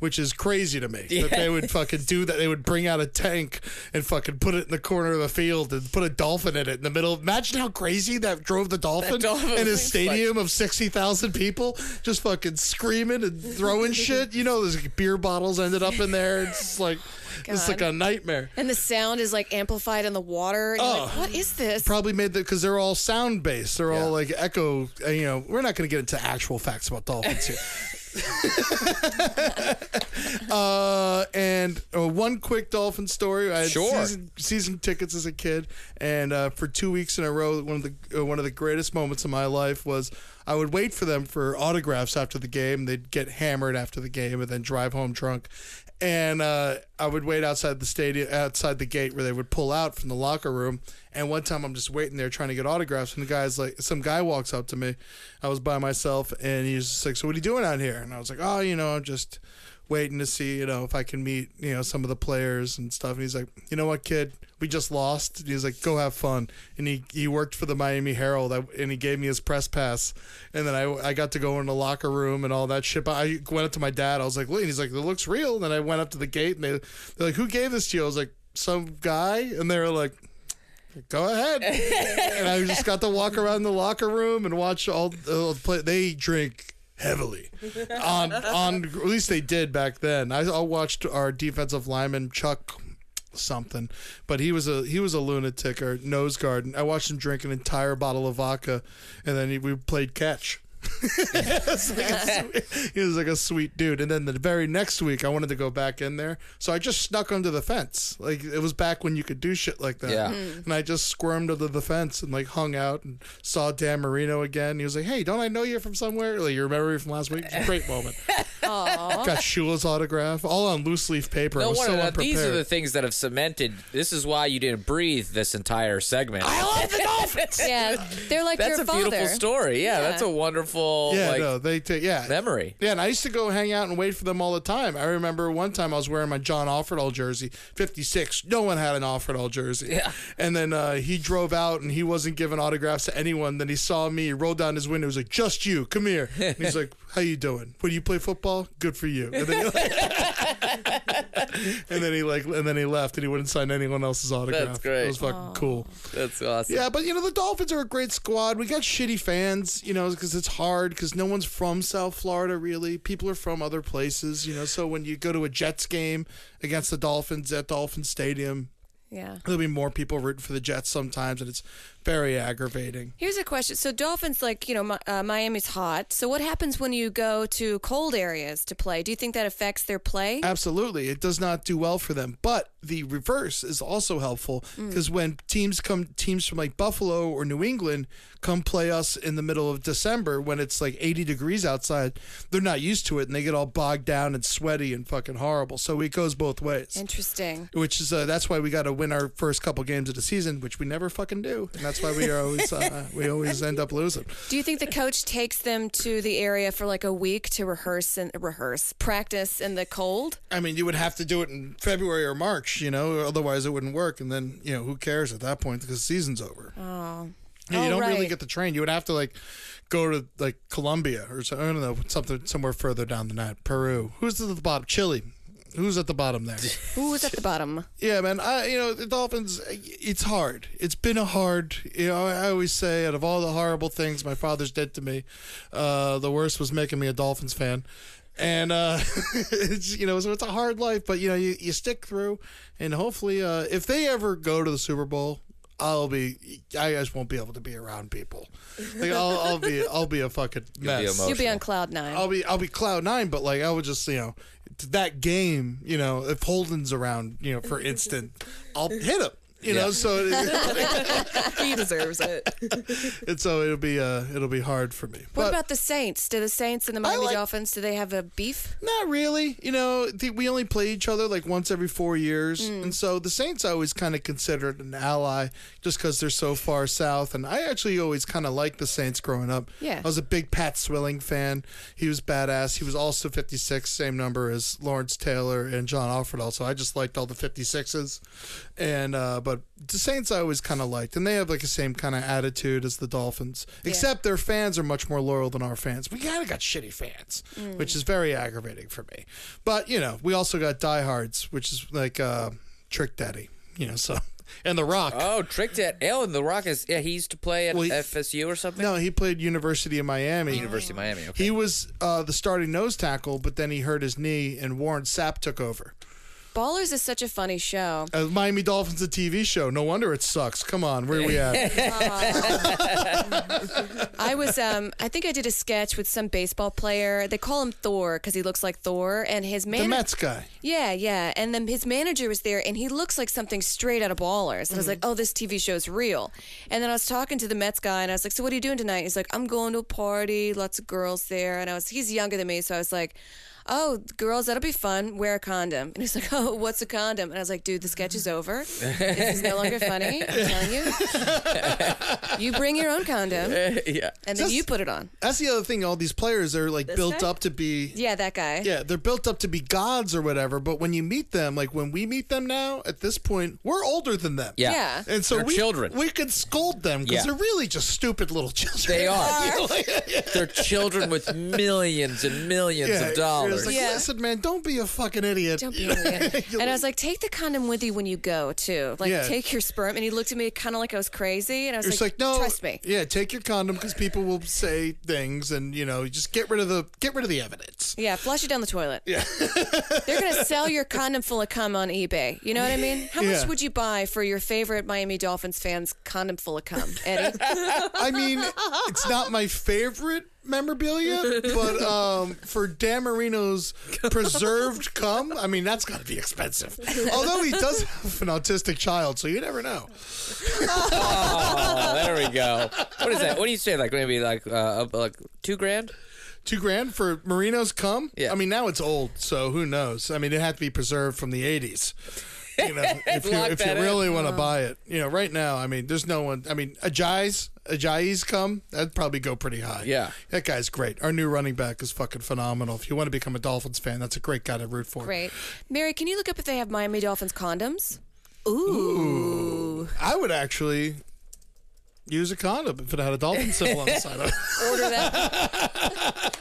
Speaker 3: which is crazy to me that they would fucking do that. They would bring out a tank and fucking put it in the corner of the field and put a dolphin in it in the middle. Imagine how crazy that drove the dolphin,
Speaker 4: dolphin
Speaker 3: in a
Speaker 4: was like-
Speaker 3: stadium stadium of 60,000 people just fucking screaming and throwing shit. You know, there's like, beer bottles ended up in there. It's just like, it's like a nightmare.
Speaker 2: And the sound is like amplified in the water. And you're
Speaker 4: Oh.
Speaker 2: like, what is this?
Speaker 3: Probably made that because they're all sound based. They're all like echo. uh, You know, we're not going to get into actual facts about dolphins here. uh, and uh, one quick dolphin story. I had
Speaker 4: Sure.
Speaker 3: season, season tickets as a kid, and uh, for two weeks in a row, one of the uh, one of the greatest moments of my life was I would wait for them for autographs after the game. They'd get hammered after the game and then drive home drunk. And uh, I would wait outside the stadium, outside the gate where they would pull out from the locker room. And one time I'm just waiting there trying to get autographs, and the guy's like, some guy walks up to me. I was by myself, and he's just like, "So what are you doing out here?" And I was like, "Oh, you know, I'm just." waiting to see, you know, if I can meet, you know, some of the players and stuff. And he's like, you know what, kid, we just lost. And he's like, go have fun. And he, he worked for the Miami Herald I, and he gave me his press pass. And then I, I got to go in the locker room and all that shit. But I went up to my dad. I was like, look, and he's like, it looks real. And then I went up to the gate and they, they're like, who gave this to you? I was like, some guy. And they were like, go ahead. and I just got to walk around the locker room and watch all the play. They drink heavily on on at least they did back then. I, I watched our defensive lineman Chuck something, but he was a he was a lunatic or nose guard. And I watched him drink an entire bottle of vodka, and then he, we played catch. It's like a sweet- he was like a sweet dude. And then the very next week, I wanted to go back in there, so I just snuck under the fence. Like it was back when you could do shit like that.
Speaker 4: Yeah.
Speaker 3: And I just squirmed under the fence and like hung out and saw Dan Marino again. He was like, "Hey, don't I know you from somewhere? Like you remember me from last week? It was a great moment. Got Shula's autograph, all on loose leaf paper. I
Speaker 4: No
Speaker 3: was
Speaker 4: wonder
Speaker 3: so
Speaker 4: that
Speaker 3: unprepared.
Speaker 4: these are the things that have cemented. This is why you didn't breathe this entire segment. I love the dolphins.
Speaker 2: yeah, they're like
Speaker 4: That's
Speaker 2: your
Speaker 4: a
Speaker 2: father.
Speaker 4: beautiful story. Yeah,
Speaker 2: Yeah.
Speaker 4: that's a wonderful.
Speaker 3: yeah,
Speaker 4: like,
Speaker 3: no, they take yeah
Speaker 4: memory.
Speaker 3: Yeah, and I used to go hang out and wait for them all the time. I remember one time I was wearing my John Offerdahl jersey, fifty six. No one had an Offerdahl jersey. Yeah, and then uh, he drove out and he wasn't giving autographs to anyone. Then he saw me, he rolled down his window, he was like, "Just you, come here." And he's like, "How you doing? What do you play football? Good for you." And then he like, and then he, like- and then he left and he wouldn't sign anyone else's autograph.
Speaker 4: great.
Speaker 3: It was fucking cool.
Speaker 4: That's awesome.
Speaker 3: Yeah, but you know the Dolphins are a great squad. We got shitty fans, you know, because it's hard because no one's from South Florida really. People are from other places, you know. So when you go to a Jets game against the Dolphins at Dolphin Stadium,
Speaker 2: Yeah.
Speaker 3: there'll be more people rooting for the Jets sometimes, and it's very aggravating.
Speaker 2: Here's a question. So dolphins, like you know, Mi- uh, Miami's hot. So what happens when you go to cold areas to play? Do you think that affects their play?
Speaker 3: Absolutely. It does not do well for them. But the reverse is also helpful because when teams come teams from like Buffalo or New England come play us in the middle of December when it's like 80 degrees outside, they're not used to it and they get all bogged down and sweaty and fucking horrible. So it goes both ways.
Speaker 2: Interesting.
Speaker 3: Which is uh, that's why we got to win our first couple games of the season, which we never fucking do, and that's why we are always uh, we always end up losing.
Speaker 2: Do you think the coach takes them to the area for like a week to rehearse and rehearse, practice in the cold?
Speaker 3: I mean, you would have to do it in February or March, you know, otherwise it wouldn't work. And then, you know, who cares at that point because the season's over. Oh. You,
Speaker 2: Oh,
Speaker 3: don't really
Speaker 2: right.
Speaker 3: get the train. You would have to like go to like Colombia or so, I don't know something somewhere further down the net. Peru. Who's at the bottom? Chile. Who's at the bottom there?
Speaker 2: Who's at the bottom?
Speaker 3: yeah, man. I you know the Dolphins. It's hard. It's been a hard. You know, I always say out of all the horrible things my father's did to me, uh, the worst was making me a Dolphins fan. And uh, it's you know so it's a hard life, but you know you, you stick through, and hopefully uh, if they ever go to the Super Bowl, I'll be I just won't be able to be around people. Like I'll, I'll be I'll be a fucking mess.
Speaker 4: be a mo-
Speaker 2: You'll be
Speaker 4: Emotional.
Speaker 2: on cloud nine.
Speaker 3: I'll be I'll be cloud nine, but like I would just you know to that game, you know, if Holden's around, you know, for instant, I'll hit him. You know,
Speaker 4: Yeah.
Speaker 3: so it,
Speaker 5: he deserves it.
Speaker 3: and so it'll be uh it'll be hard for me.
Speaker 2: What
Speaker 3: But-
Speaker 2: about the Saints? Do the Saints and the Miami
Speaker 3: like-
Speaker 2: Dolphins do they have a beef?
Speaker 3: Not really. You know, the, we only play each other like once every four years.
Speaker 2: Mm.
Speaker 3: And so the Saints I always kind of considered an ally just because they're so far south. And I actually always kind of liked the Saints growing up.
Speaker 2: Yeah.
Speaker 3: I was a big Pat Swilling fan. He was badass. He was also 56, same number as Lawrence Taylor and John Offerdahl. So I just liked all the 56s. And, uh, but the Saints I always kind of liked. And they have like the same kind of attitude as the Dolphins, except their fans are much more loyal than our fans. We kind of got shitty fans, which is very aggravating for me. But, you know, we also got diehards, which is like, uh, Trick Daddy, you know, so, and The Rock.
Speaker 4: Oh, tricked it. Oh, and The Rock is. Yeah, he used to play at
Speaker 3: Well, he-
Speaker 4: FSU or something.
Speaker 3: No, he played University of Miami.
Speaker 4: University of Miami. Okay.
Speaker 3: He was uh, the starting nose tackle, but then he hurt his knee, and Warren Sapp took over.
Speaker 2: Ballers is such a funny show.
Speaker 3: Uh, Miami Dolphins, a TV show. No wonder it sucks. Come on, where are we at?
Speaker 2: I was, um, I think I did a sketch with some baseball player. They call him Thor because he looks like Thor, and his
Speaker 3: the
Speaker 2: man.
Speaker 3: Mets guy.
Speaker 2: Yeah, yeah. And then his manager was there, and he looks like something straight out of Ballers. And I was
Speaker 3: Mm-hmm.
Speaker 2: like, oh, this TV show's real. And then I was talking to the Mets guy, and I was like, so what are you doing tonight? He's like, I'm going to a party, lots of girls there. And I was, he's younger than me, so I was like, oh, girls, that'll be fun. Wear a condom. And he's like, oh, what's a condom? And I was like, dude, the sketch is over. This is no longer funny. I'm telling you. you bring your own condom, and
Speaker 4: yeah.
Speaker 2: then
Speaker 3: Just-
Speaker 2: you put it on.
Speaker 3: That's the other thing. All these players are like built
Speaker 5: guy?
Speaker 3: up to be.
Speaker 2: Yeah, that guy.
Speaker 3: Yeah, they're built up to be gods or whatever, but when you meet them, like when we meet them now, at this point, we're older than them.
Speaker 4: Yeah.
Speaker 2: Yeah.
Speaker 3: And so
Speaker 4: They're
Speaker 3: we,
Speaker 4: children.
Speaker 3: we can scold them because
Speaker 4: Yeah.
Speaker 3: they're really just stupid little children.
Speaker 4: They are.
Speaker 3: You know, like-
Speaker 4: They're children with millions and millions of dollars.
Speaker 3: It's like,
Speaker 2: Yeah.
Speaker 3: Listen, man, don't be a fucking idiot.
Speaker 2: Don't be an idiot. and I was like, take the condom with you when you go too. Like,
Speaker 3: Yeah.
Speaker 2: take your sperm. And he looked at me kind of like I was crazy. And I was
Speaker 3: It's
Speaker 2: like,
Speaker 3: like, no,
Speaker 2: trust me.
Speaker 3: Yeah, take your condom because people will say things, and you know, just get rid of the get rid of the evidence.
Speaker 2: Yeah, flush it down the toilet. Yeah. They're going to sell your condom full of cum on eBay. You know what I mean? How
Speaker 3: Yeah.
Speaker 2: much would you buy for your favorite Miami Dolphins fan's condom full of cum, Eddie?
Speaker 3: I mean, it's not my favorite memorabilia, but um, for Dan Marino's preserved cum, I mean, that's got to be expensive. Although he does have an autistic child, so you never know.
Speaker 4: Oh, there we go. What is that? What do you say? Like maybe like uh, up- like two grand?
Speaker 3: Two grand for Marino's cum?
Speaker 4: Yeah.
Speaker 3: I mean, now it's old, so who knows? I mean, it had to be preserved from the 80s. You know, if you,
Speaker 4: Lock
Speaker 3: if you
Speaker 4: that in. Uh-huh.
Speaker 3: really want to buy it, you know, right now, I mean, there's no one. I mean, Ajayi's, Ajayi's cum, that'd probably go pretty high.
Speaker 4: Yeah.
Speaker 3: That guy's great. Our new running back is fucking phenomenal. If you want to become a Dolphins fan, that's a great guy to root for.
Speaker 2: Great. Mary, can you look up if they have Miami Dolphins condoms?
Speaker 3: I would actually use a condom if it had a dolphin symbol on the side of it.
Speaker 2: Order that.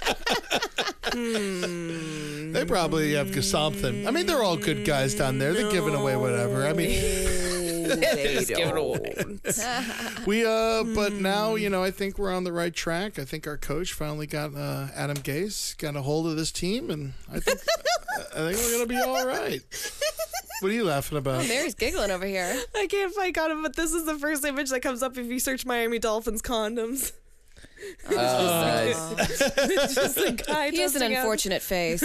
Speaker 3: They probably have something. I mean, they're all good guys down there. They're giving away whatever. I mean,
Speaker 4: Just give it away.
Speaker 3: We uh, but
Speaker 2: Hmm.
Speaker 3: now you know I think we're on the right track. I think our coach finally got uh, Adam Gase got a hold of this team, and I think I think we're gonna be all right. What are you laughing about?
Speaker 2: Oh, Mary's giggling over here.
Speaker 5: I can't find condom, but this is the first image that comes up if you search Miami Dolphins condoms.
Speaker 4: Oh, Uh,
Speaker 5: It's just a guy
Speaker 2: He has an
Speaker 5: testing out-
Speaker 2: unfortunate face.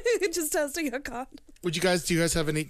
Speaker 5: just testing a condom.
Speaker 3: Would you guys do you guys have any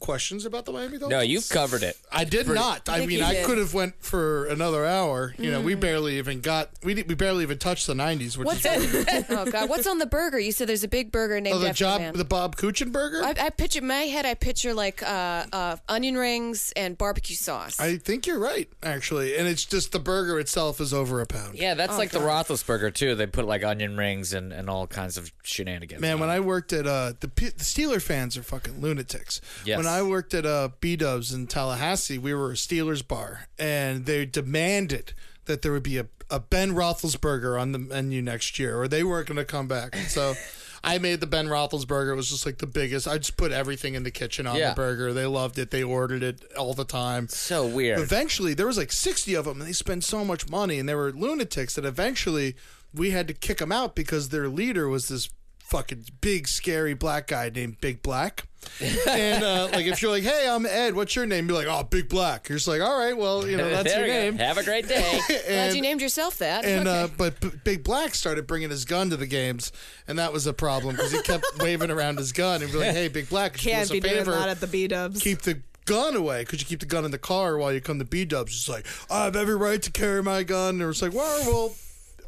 Speaker 3: questions about the Miami Dolphins?
Speaker 4: no, you've covered it.
Speaker 3: I did not. I,
Speaker 2: think
Speaker 3: mean,
Speaker 2: you
Speaker 3: I
Speaker 2: did. Hmm.
Speaker 3: could have went for another hour. You know, we barely even got we did, we barely even touched the '90s, which
Speaker 2: What's
Speaker 3: is
Speaker 2: oh God! What's on the burger? You said there's a big burger named
Speaker 3: oh, the
Speaker 2: after
Speaker 3: job
Speaker 2: the man.
Speaker 3: the Bob Kuchenberger.
Speaker 2: I,
Speaker 3: I,
Speaker 2: I picture in my head. I picture like uh, uh, onion rings and barbecue sauce.
Speaker 3: think you're right, actually, and it's just the burger itself is over a pound.
Speaker 4: Yeah, that's like the Roethlisberger too. They put like onion rings and, and all kinds of shenanigans.
Speaker 3: Man,
Speaker 4: on
Speaker 3: when
Speaker 4: it.
Speaker 3: I worked at uh, the P- the Steeler fans are fucking lunatics.
Speaker 4: Yes.
Speaker 3: When I worked at uh, B Dubs in Tallahassee, we were a Steelers bar, and they demanded that there would be a, a Ben Roethlisberger on the menu next year, or they weren't going to come back. And so. I made the Ben Roethlisberger. It was just like the biggest. I just put everything in the kitchen on
Speaker 4: Yeah.
Speaker 3: the burger. They loved it. They ordered it all the time.
Speaker 4: so weird.
Speaker 3: Eventually, there was like 60 of them, and they spent so much money, and they were lunatics that eventually we had to kick them out because their leader was this fucking big scary black guy named Big Black. and uh, like if you're like, hey, I'm Ed, what's your name? You're like, oh, Big Black. You're just like, all right, well, you know, that's
Speaker 4: There
Speaker 3: your
Speaker 4: we go.
Speaker 3: name.
Speaker 4: Have a great day.
Speaker 2: Glad you named yourself that.
Speaker 3: And
Speaker 2: Okay.
Speaker 3: uh, but B- Big Black started bringing his gun to the games, and that was a problem because he kept waving around his gun and be like, "Hey, Big Black, could you do us
Speaker 5: Can't
Speaker 3: a
Speaker 5: be doing that
Speaker 3: favor,
Speaker 5: at the B Dubs.
Speaker 3: keep the gun away. Could you keep the gun in the car while you come to B Dubs?" It's like I have every right to carry my gun, and it's like, "Well, well,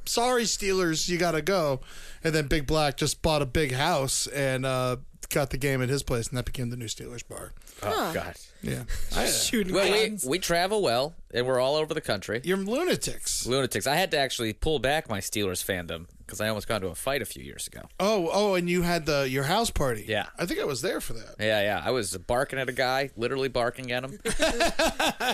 Speaker 3: sorry, Steelers, you gotta go." And then Big Black just bought a big house and uh, got the game at his place, and that became the new Steelers bar. uh,
Speaker 4: oh God.
Speaker 3: Yeah,
Speaker 5: shooting
Speaker 4: Well, we,
Speaker 5: guns.
Speaker 4: we travel well, and we're all over the country.
Speaker 3: you're lunatics.
Speaker 4: Lunatics. I had to actually pull back my Steelers fandom because I almost got into a fight a few years ago.
Speaker 3: Oh, oh, and you had the your house party.
Speaker 4: Yeah.
Speaker 3: I think I was there for that.
Speaker 4: Yeah, yeah. I was barking at a guy, literally barking at him. uh,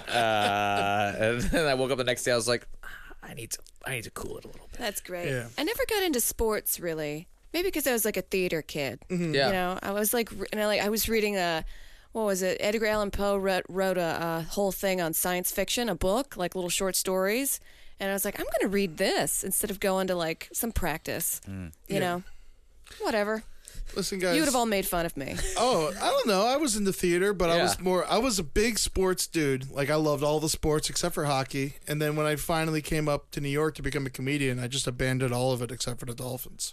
Speaker 4: and then I woke up the next day. I was like, "Ah, I need to, I need to cool it a little bit.
Speaker 2: That's great.
Speaker 3: Yeah.
Speaker 2: I never got into sports really. Maybe because I was like a theater kid.
Speaker 3: Mm-hmm.
Speaker 4: Yeah.
Speaker 2: You know, I was like, re- and I like, I was reading a, what was it? Edgar Allan Poe wrote, wrote a, uh whole thing on science fiction, a book, like little short stories. And I was like, I'm going to read this instead of going to like some practice. You know, whatever.
Speaker 3: Listen, guys,
Speaker 2: You would have all made fun of me.
Speaker 3: Oh, I don't know. I was in the theater, but I
Speaker 4: Yeah.
Speaker 3: was more. I was a big sports dude. Like I loved all the sports except for hockey. And then when I finally came up to New York to become a comedian, I just abandoned all of it except for the Dolphins.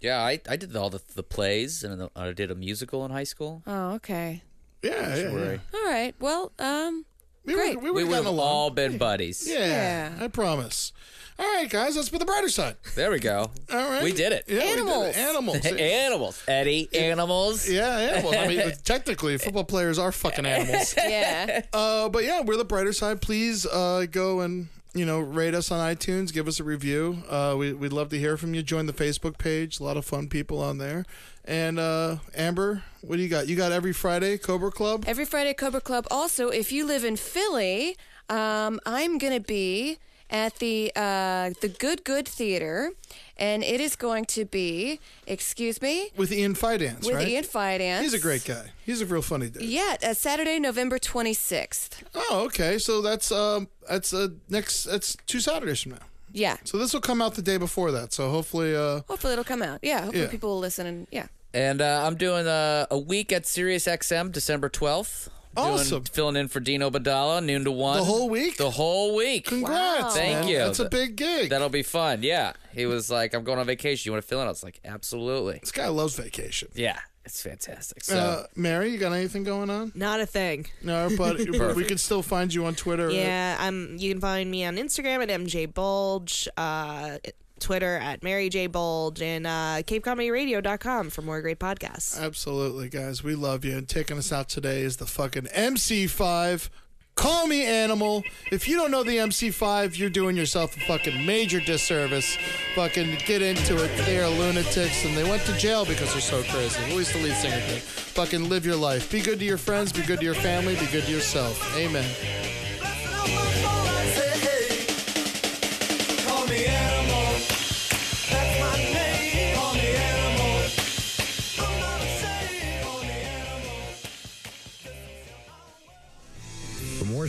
Speaker 4: Yeah, I, I did all the, the plays, and the, I did a musical in high school.
Speaker 2: oh, okay.
Speaker 3: Yeah, yeah, yeah.
Speaker 2: All right. Well, um,
Speaker 3: We
Speaker 2: Great.
Speaker 3: were we
Speaker 4: We
Speaker 3: were
Speaker 4: would
Speaker 3: getting
Speaker 4: have
Speaker 3: along.
Speaker 4: all been buddies.
Speaker 3: yeah,
Speaker 2: Yeah.
Speaker 3: I promise. All right, guys, that's for the brighter side.
Speaker 4: There we go.
Speaker 3: All right,
Speaker 4: We did it.
Speaker 3: Yeah, we did it.
Speaker 2: Animals.
Speaker 3: Animals.
Speaker 4: Animals, Eddie. Animals.
Speaker 3: Yeah, animals. I mean, technically, football players are fucking animals.
Speaker 2: yeah.
Speaker 3: Uh, but yeah, we're the brighter side. Please uh, go and you know rate us on iTunes, give us a review. Uh, we, we'd love to hear from you. Join the Facebook page. A lot of fun people on there. And uh, Amber, what do you got? You got every Friday Cobra Club.
Speaker 2: Every Friday, Cobra Club. Also, if you live in Philly, um, I'm going to be at the uh, the Good Good Theater, and it is going to be, excuse me,
Speaker 3: with Ian Fidance,
Speaker 2: with
Speaker 3: right?
Speaker 2: Ian Fidance.
Speaker 3: He's a great guy. He's a real funny dude.
Speaker 2: Yeah, uh, Saturday, November 26th.
Speaker 3: Oh, okay. So that's um that's uh next that's two Saturdays from now.
Speaker 2: Yeah.
Speaker 3: So this will come out the day before that. So hopefully uh
Speaker 2: Hopefully it'll come out. Yeah, hopefully
Speaker 3: Yeah.
Speaker 2: people will listen and yeah.
Speaker 4: And uh, I'm doing a, a week at SiriusXM, December 12th. Doing-
Speaker 3: Awesome.
Speaker 4: filling in for Dino Badala, noon to one.
Speaker 3: The whole week?
Speaker 4: The whole week.
Speaker 3: congrats.
Speaker 4: Thank
Speaker 3: man.
Speaker 4: you.
Speaker 3: That's a big gig.
Speaker 4: That'll be fun. Yeah. He was like, I'm going on vacation. You want to fill in? I was like, absolutely.
Speaker 3: This guy loves vacation.
Speaker 4: Yeah. It's fantastic. So,
Speaker 3: Uh, Mary, you got anything going on?
Speaker 5: Not a thing.
Speaker 3: No, but we can still find you on Twitter.
Speaker 5: Yeah, um, you can find me on Instagram at MJ Bulge, uh, Twitter at Mary J Bulge, and uh, CapeComedyRadio.com for more great podcasts.
Speaker 3: Absolutely, guys. We love you. And taking us out today is the fucking MC5. Call me animal. If you don't know the MC5, you're doing yourself a fucking major disservice. Fucking get into it. They are lunatics and they went to jail because they're so crazy. At least the lead singer did. Fucking live your life. Be good to your friends. Be good to your family. Be good to yourself. Amen.
Speaker 8: Call me animal. That's my name. Call me animal. I'm not ashamed. Call me animal.
Speaker 1: For more